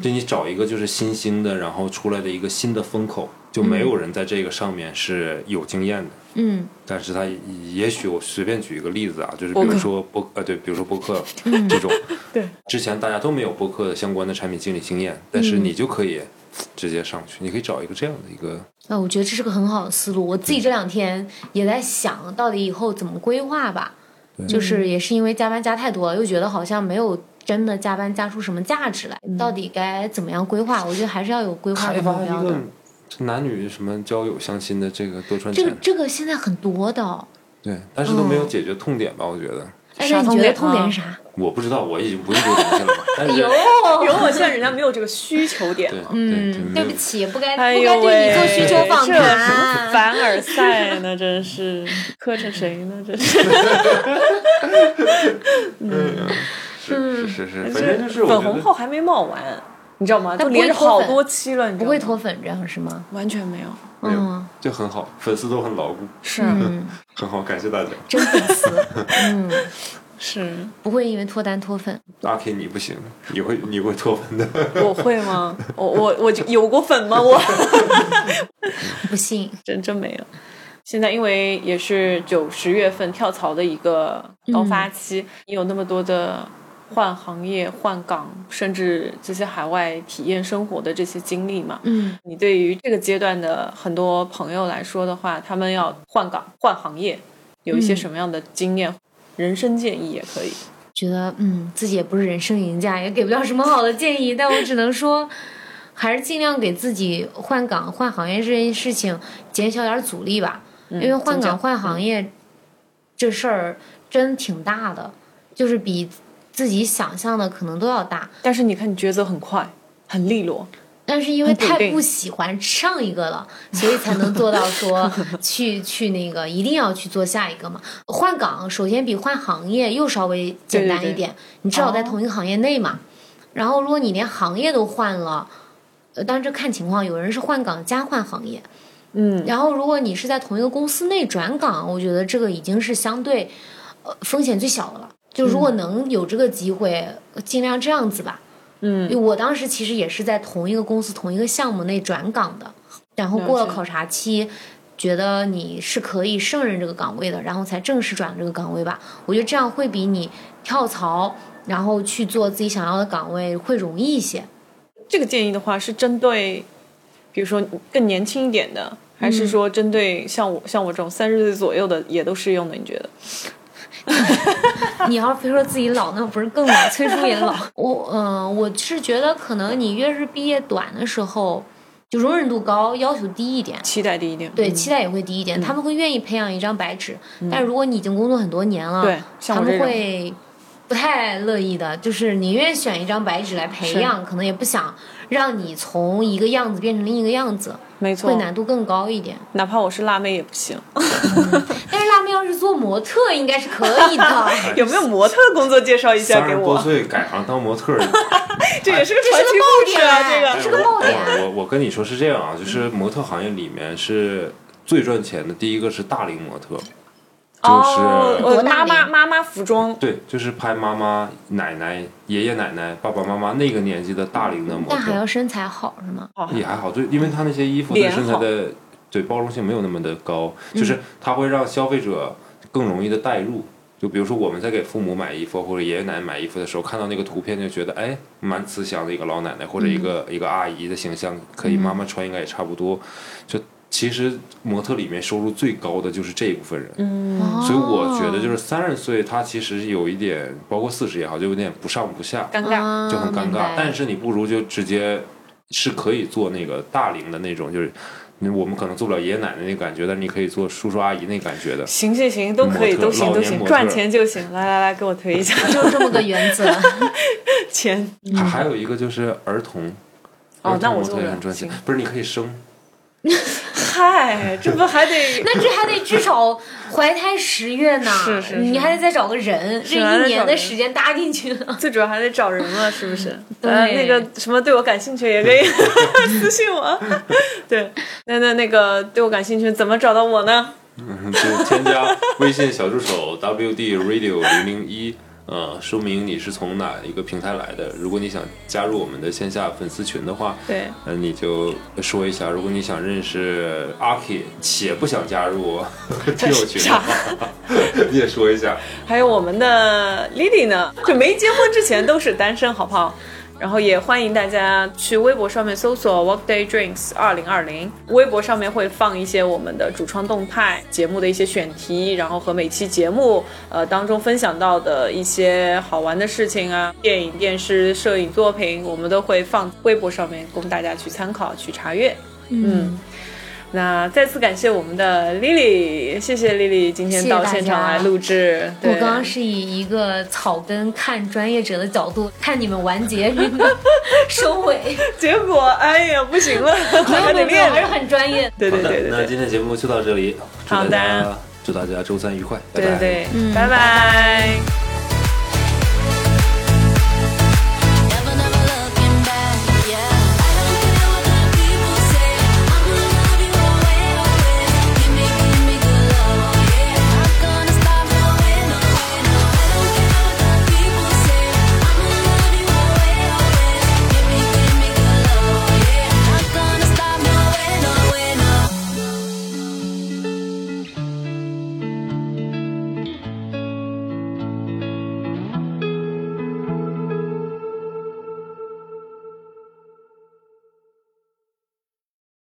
Speaker 5: 就你找一个就是新兴的，然后出来的一个新的风口，就没有人在这个上面是有经验的。
Speaker 1: 嗯，
Speaker 5: 但是他也许我随便举一个例子啊，就是比如说播呃对，比如说播客这种，
Speaker 2: 对，
Speaker 5: 之前大家都没有播客的相关的产品经理经验，但是你就可以直接上去，你可以找一个这样的一个，
Speaker 1: 那我觉得这是个很好的思路。我自己这两天也在想到底以后怎么规划吧，就是也是因为加班加太多了，又觉得好像没有真的加班加出什么价值来，到底该怎么样规划？我觉得还是要有规划
Speaker 5: 开
Speaker 1: 的
Speaker 5: 发
Speaker 1: 目
Speaker 5: 一
Speaker 1: 标
Speaker 5: 个
Speaker 1: 的。
Speaker 5: 男女什么交友相亲的这个多穿
Speaker 1: 这
Speaker 5: 产
Speaker 1: 个这个现在很多的哦，
Speaker 5: 对，但是都没有解决痛点吧？我觉得，
Speaker 1: 但
Speaker 2: 啥
Speaker 1: 是你
Speaker 2: 痛
Speaker 1: 觉得
Speaker 2: 点
Speaker 1: 痛
Speaker 2: 啊
Speaker 1: 点是啥？
Speaker 5: 我不知道，我已经不是这个东西了嘛。但是
Speaker 1: 有，
Speaker 2: 有我现在人家没有这个需求点
Speaker 5: 对，
Speaker 2: 了。
Speaker 5: 对
Speaker 1: 嗯，
Speaker 5: 对
Speaker 1: 对
Speaker 5: 没
Speaker 1: 不
Speaker 5: 有，
Speaker 1: 起，不该
Speaker 2: 哎
Speaker 1: 不该
Speaker 2: 呦
Speaker 1: 对
Speaker 2: 喂，
Speaker 1: 你做需求访啊
Speaker 2: 这
Speaker 1: 谈。
Speaker 2: 凡尔赛呢，真是磕碜谁呢？这是。
Speaker 5: 是是是，反正就是我
Speaker 2: 嗯粉
Speaker 5: 觉
Speaker 2: 红
Speaker 5: 得
Speaker 2: 号还没冒完，你知道吗？
Speaker 1: 但
Speaker 2: 都
Speaker 1: 不会
Speaker 2: 连着
Speaker 1: 脱
Speaker 2: 好
Speaker 1: 粉
Speaker 2: 多期了，你知
Speaker 1: 不
Speaker 2: 道吗
Speaker 1: 会脱粉，这样是吗？
Speaker 2: 完全没有，
Speaker 5: 没有
Speaker 1: 嗯，
Speaker 5: 就很好，粉丝都很牢固，
Speaker 2: 是
Speaker 1: 嗯，
Speaker 5: 很好，感谢大家。
Speaker 1: 真粉丝，嗯，
Speaker 2: 是，
Speaker 1: 不会因为脱单脱粉。
Speaker 5: 阿 K 你不行，你会你会脱粉的。
Speaker 2: [laughs] 我会吗？我我我就有过粉吗？我 [laughs]
Speaker 1: 不信，
Speaker 2: 真真没有。现在因为也是九十月份跳槽的一个高发期，有那么多的换行业、换岗，甚至这些海外体验生活的这些经历嘛，
Speaker 1: 嗯
Speaker 2: 你对于这个阶段的很多朋友来说的话，他们要换岗、换行业，有一些
Speaker 1: 嗯
Speaker 2: 什么样的经验、人生建议也可以。
Speaker 1: 觉得嗯自己也不是人生赢家，也给不了什么好的建议，但我只能说，还是尽量给自己换岗换行业这件事情减小点阻力吧，因为换
Speaker 2: 增加
Speaker 1: 岗换行业、这事儿真挺大的，就是比自己想象的可能都要大。
Speaker 2: 但是你看，你抉择很快，很利落，
Speaker 1: 但是因为
Speaker 2: 很笃
Speaker 1: 太
Speaker 2: 定
Speaker 1: 不喜欢上一个了，所以才能做到
Speaker 2: [laughs]
Speaker 1: 说去去那个一定要去做下一个嘛。换岗首先比换行业又稍微简单一点，你至少在同一个行业内嘛。
Speaker 2: 哦
Speaker 1: 然后如果你连行业都换了，呃，当然这看情况，有人是换岗加换行业，
Speaker 2: 嗯，
Speaker 1: 然后如果你是在同一个公司内转岗，我觉得这个已经是相对呃风险最小的了。就如果能有这个机会，尽量这样子吧。
Speaker 2: 嗯，
Speaker 1: 我当时其实也是在同一个公司同一个项目内转岗的，然后过了考察期，觉得你是可以胜任这个岗位的，然后才正式转这个岗位吧。我觉得这样会比你跳槽然后去做自己想要的岗位会容易一些。
Speaker 2: 这个建议的话是针对，比如说更年轻一点的，还
Speaker 1: 嗯
Speaker 2: 是说针对像我像我这种三十岁左右的也都适用的？你觉得？
Speaker 1: [laughs] 你要非说自己老，那不是更老？崔叔也老。 [laughs] 我嗯、我是觉得可能你越是毕业短的时候，就容忍度高，要求低一点。
Speaker 2: 期待低一点，
Speaker 1: 对，
Speaker 2: 嗯
Speaker 1: 期待也会低一点，他们会愿意培养一张白纸，但如果你已经工作很多年了，
Speaker 2: 对像
Speaker 1: 他
Speaker 2: 我这
Speaker 1: 们
Speaker 2: 种
Speaker 1: 会不太乐意的，就是宁愿选一张白纸来培养，可能也不想让你从一个样子变成另一个样子，
Speaker 2: 没错
Speaker 1: 会，难度更高一点。
Speaker 2: 哪怕我是辣妹也不行。
Speaker 1: 但是辣妹要是做模特，应该是可以的。
Speaker 2: [laughs] 有没有模特工作介绍一下
Speaker 5: 三
Speaker 2: 给
Speaker 5: 十多
Speaker 2: 我？
Speaker 5: 岁改行当模特儿，
Speaker 2: 这也是个传奇故事啊，这
Speaker 1: 哎这
Speaker 2: 个
Speaker 1: 是个爆点哎
Speaker 5: 我我跟你说是这样啊，就是模特行业里面是最赚钱的，第一个是大龄模特，
Speaker 2: 哦，
Speaker 5: 就是
Speaker 2: 我妈妈妈妈服装，
Speaker 5: 对，就是拍妈妈、奶奶、爷爷奶奶、爸爸妈妈那个年纪的大龄的模
Speaker 1: 但还要
Speaker 5: 特，
Speaker 1: 身材好是吗？
Speaker 5: 也还好，对，因为他那些衣服对身材的对包容性没有那么的高，就是它会让消费者更容易的代入。就比如说我们在给父母买衣服或者爷爷奶奶买衣服的时候，看到那个图片就觉得，哎，蛮慈祥的一个老奶奶或者一个、一个阿姨的形象，可以妈妈穿应该也差不多，就其实模特里面收入最高的就是这一部分人，
Speaker 1: 哦
Speaker 5: 所以我觉得就是三十岁，他其实有一点，包括四十也好，就有点不上不下，
Speaker 2: 尴尬。
Speaker 1: 啊
Speaker 5: 就很尴
Speaker 1: 明
Speaker 5: 尬
Speaker 1: 白。
Speaker 5: 但是你不如就直接是可以做那个大龄的那种，就是嗯我们可能做不了爷爷奶奶那感觉，但是你可以做叔叔阿姨那感觉的。
Speaker 2: 行行行，都可以，
Speaker 5: 模特
Speaker 2: 都行
Speaker 5: 老
Speaker 2: 都
Speaker 5: 年
Speaker 2: 行，
Speaker 5: 模特
Speaker 2: 赚钱就行。来来来，给我推一下
Speaker 1: 就这么个原则。
Speaker 2: 钱。
Speaker 5: 还还有一个就是儿童。
Speaker 2: 嗯哦
Speaker 5: 儿
Speaker 2: 那
Speaker 5: 童
Speaker 2: 我
Speaker 5: 模
Speaker 2: 做
Speaker 5: 特
Speaker 2: 不
Speaker 5: 也
Speaker 2: 了
Speaker 5: 很赚钱
Speaker 2: 行，
Speaker 5: 不是？你可以生，
Speaker 2: 嗨，这不
Speaker 1: [laughs]
Speaker 2: 还得
Speaker 1: 那这还得至少怀胎十月呢，
Speaker 2: 是是是
Speaker 1: 你还得再找个人，这
Speaker 2: 还得
Speaker 1: 一
Speaker 2: 找
Speaker 1: 年的
Speaker 2: 人
Speaker 1: 时间搭进去了。
Speaker 2: 最主要还得找人嘛，是不是？
Speaker 1: 对
Speaker 2: 呃那个什么对我感兴趣也可以 [laughs] 私信我。 [laughs] 对，那那那个对我感兴趣，怎么找到我呢？
Speaker 5: 嗯就添加微信小助手 [laughs] WD Radio 零零一，呃，说明你是从哪一个平台来的。如果你想加入我们的线下粉丝群的话，
Speaker 2: 对
Speaker 5: 呃，你就说一下。如果你想认识阿 K，且不想加
Speaker 2: [laughs]
Speaker 5: 入听友群的话， [laughs] 你也说一下。
Speaker 2: 还有我们的 Lily 呢，就没结婚之前都是单身，好不好？然后也欢迎大家去微博上面搜索 Workday Drinks 二零二零，微博上面会放一些我们的主创动态、节目的一些选题，然后和每期节目呃当中分享到的一些好玩的事情啊，电影、电视、摄影作品，我们都会放微博上面供大家去参考、去查阅。嗯，那再次感谢我们的 Lily，谢谢 Lily 今天
Speaker 1: 谢谢
Speaker 2: 到
Speaker 1: 大
Speaker 2: 现场
Speaker 1: 家
Speaker 2: 来录制。
Speaker 1: 我
Speaker 2: 对
Speaker 1: 刚刚是以一个草根看专业者的角度看你们完结收尾，
Speaker 2: 结果哎呀不行了，
Speaker 1: 没有没
Speaker 2: 还得
Speaker 1: 有没有，
Speaker 2: 练
Speaker 1: 还是很专业。
Speaker 2: 对对
Speaker 5: 好的
Speaker 2: 对对
Speaker 5: 那
Speaker 2: 对
Speaker 5: 今天节目就到这里，祝
Speaker 2: 好
Speaker 5: 大
Speaker 2: 的
Speaker 5: 家祝大家周三愉快，拜
Speaker 2: 对
Speaker 5: 拜。
Speaker 2: 对，拜拜。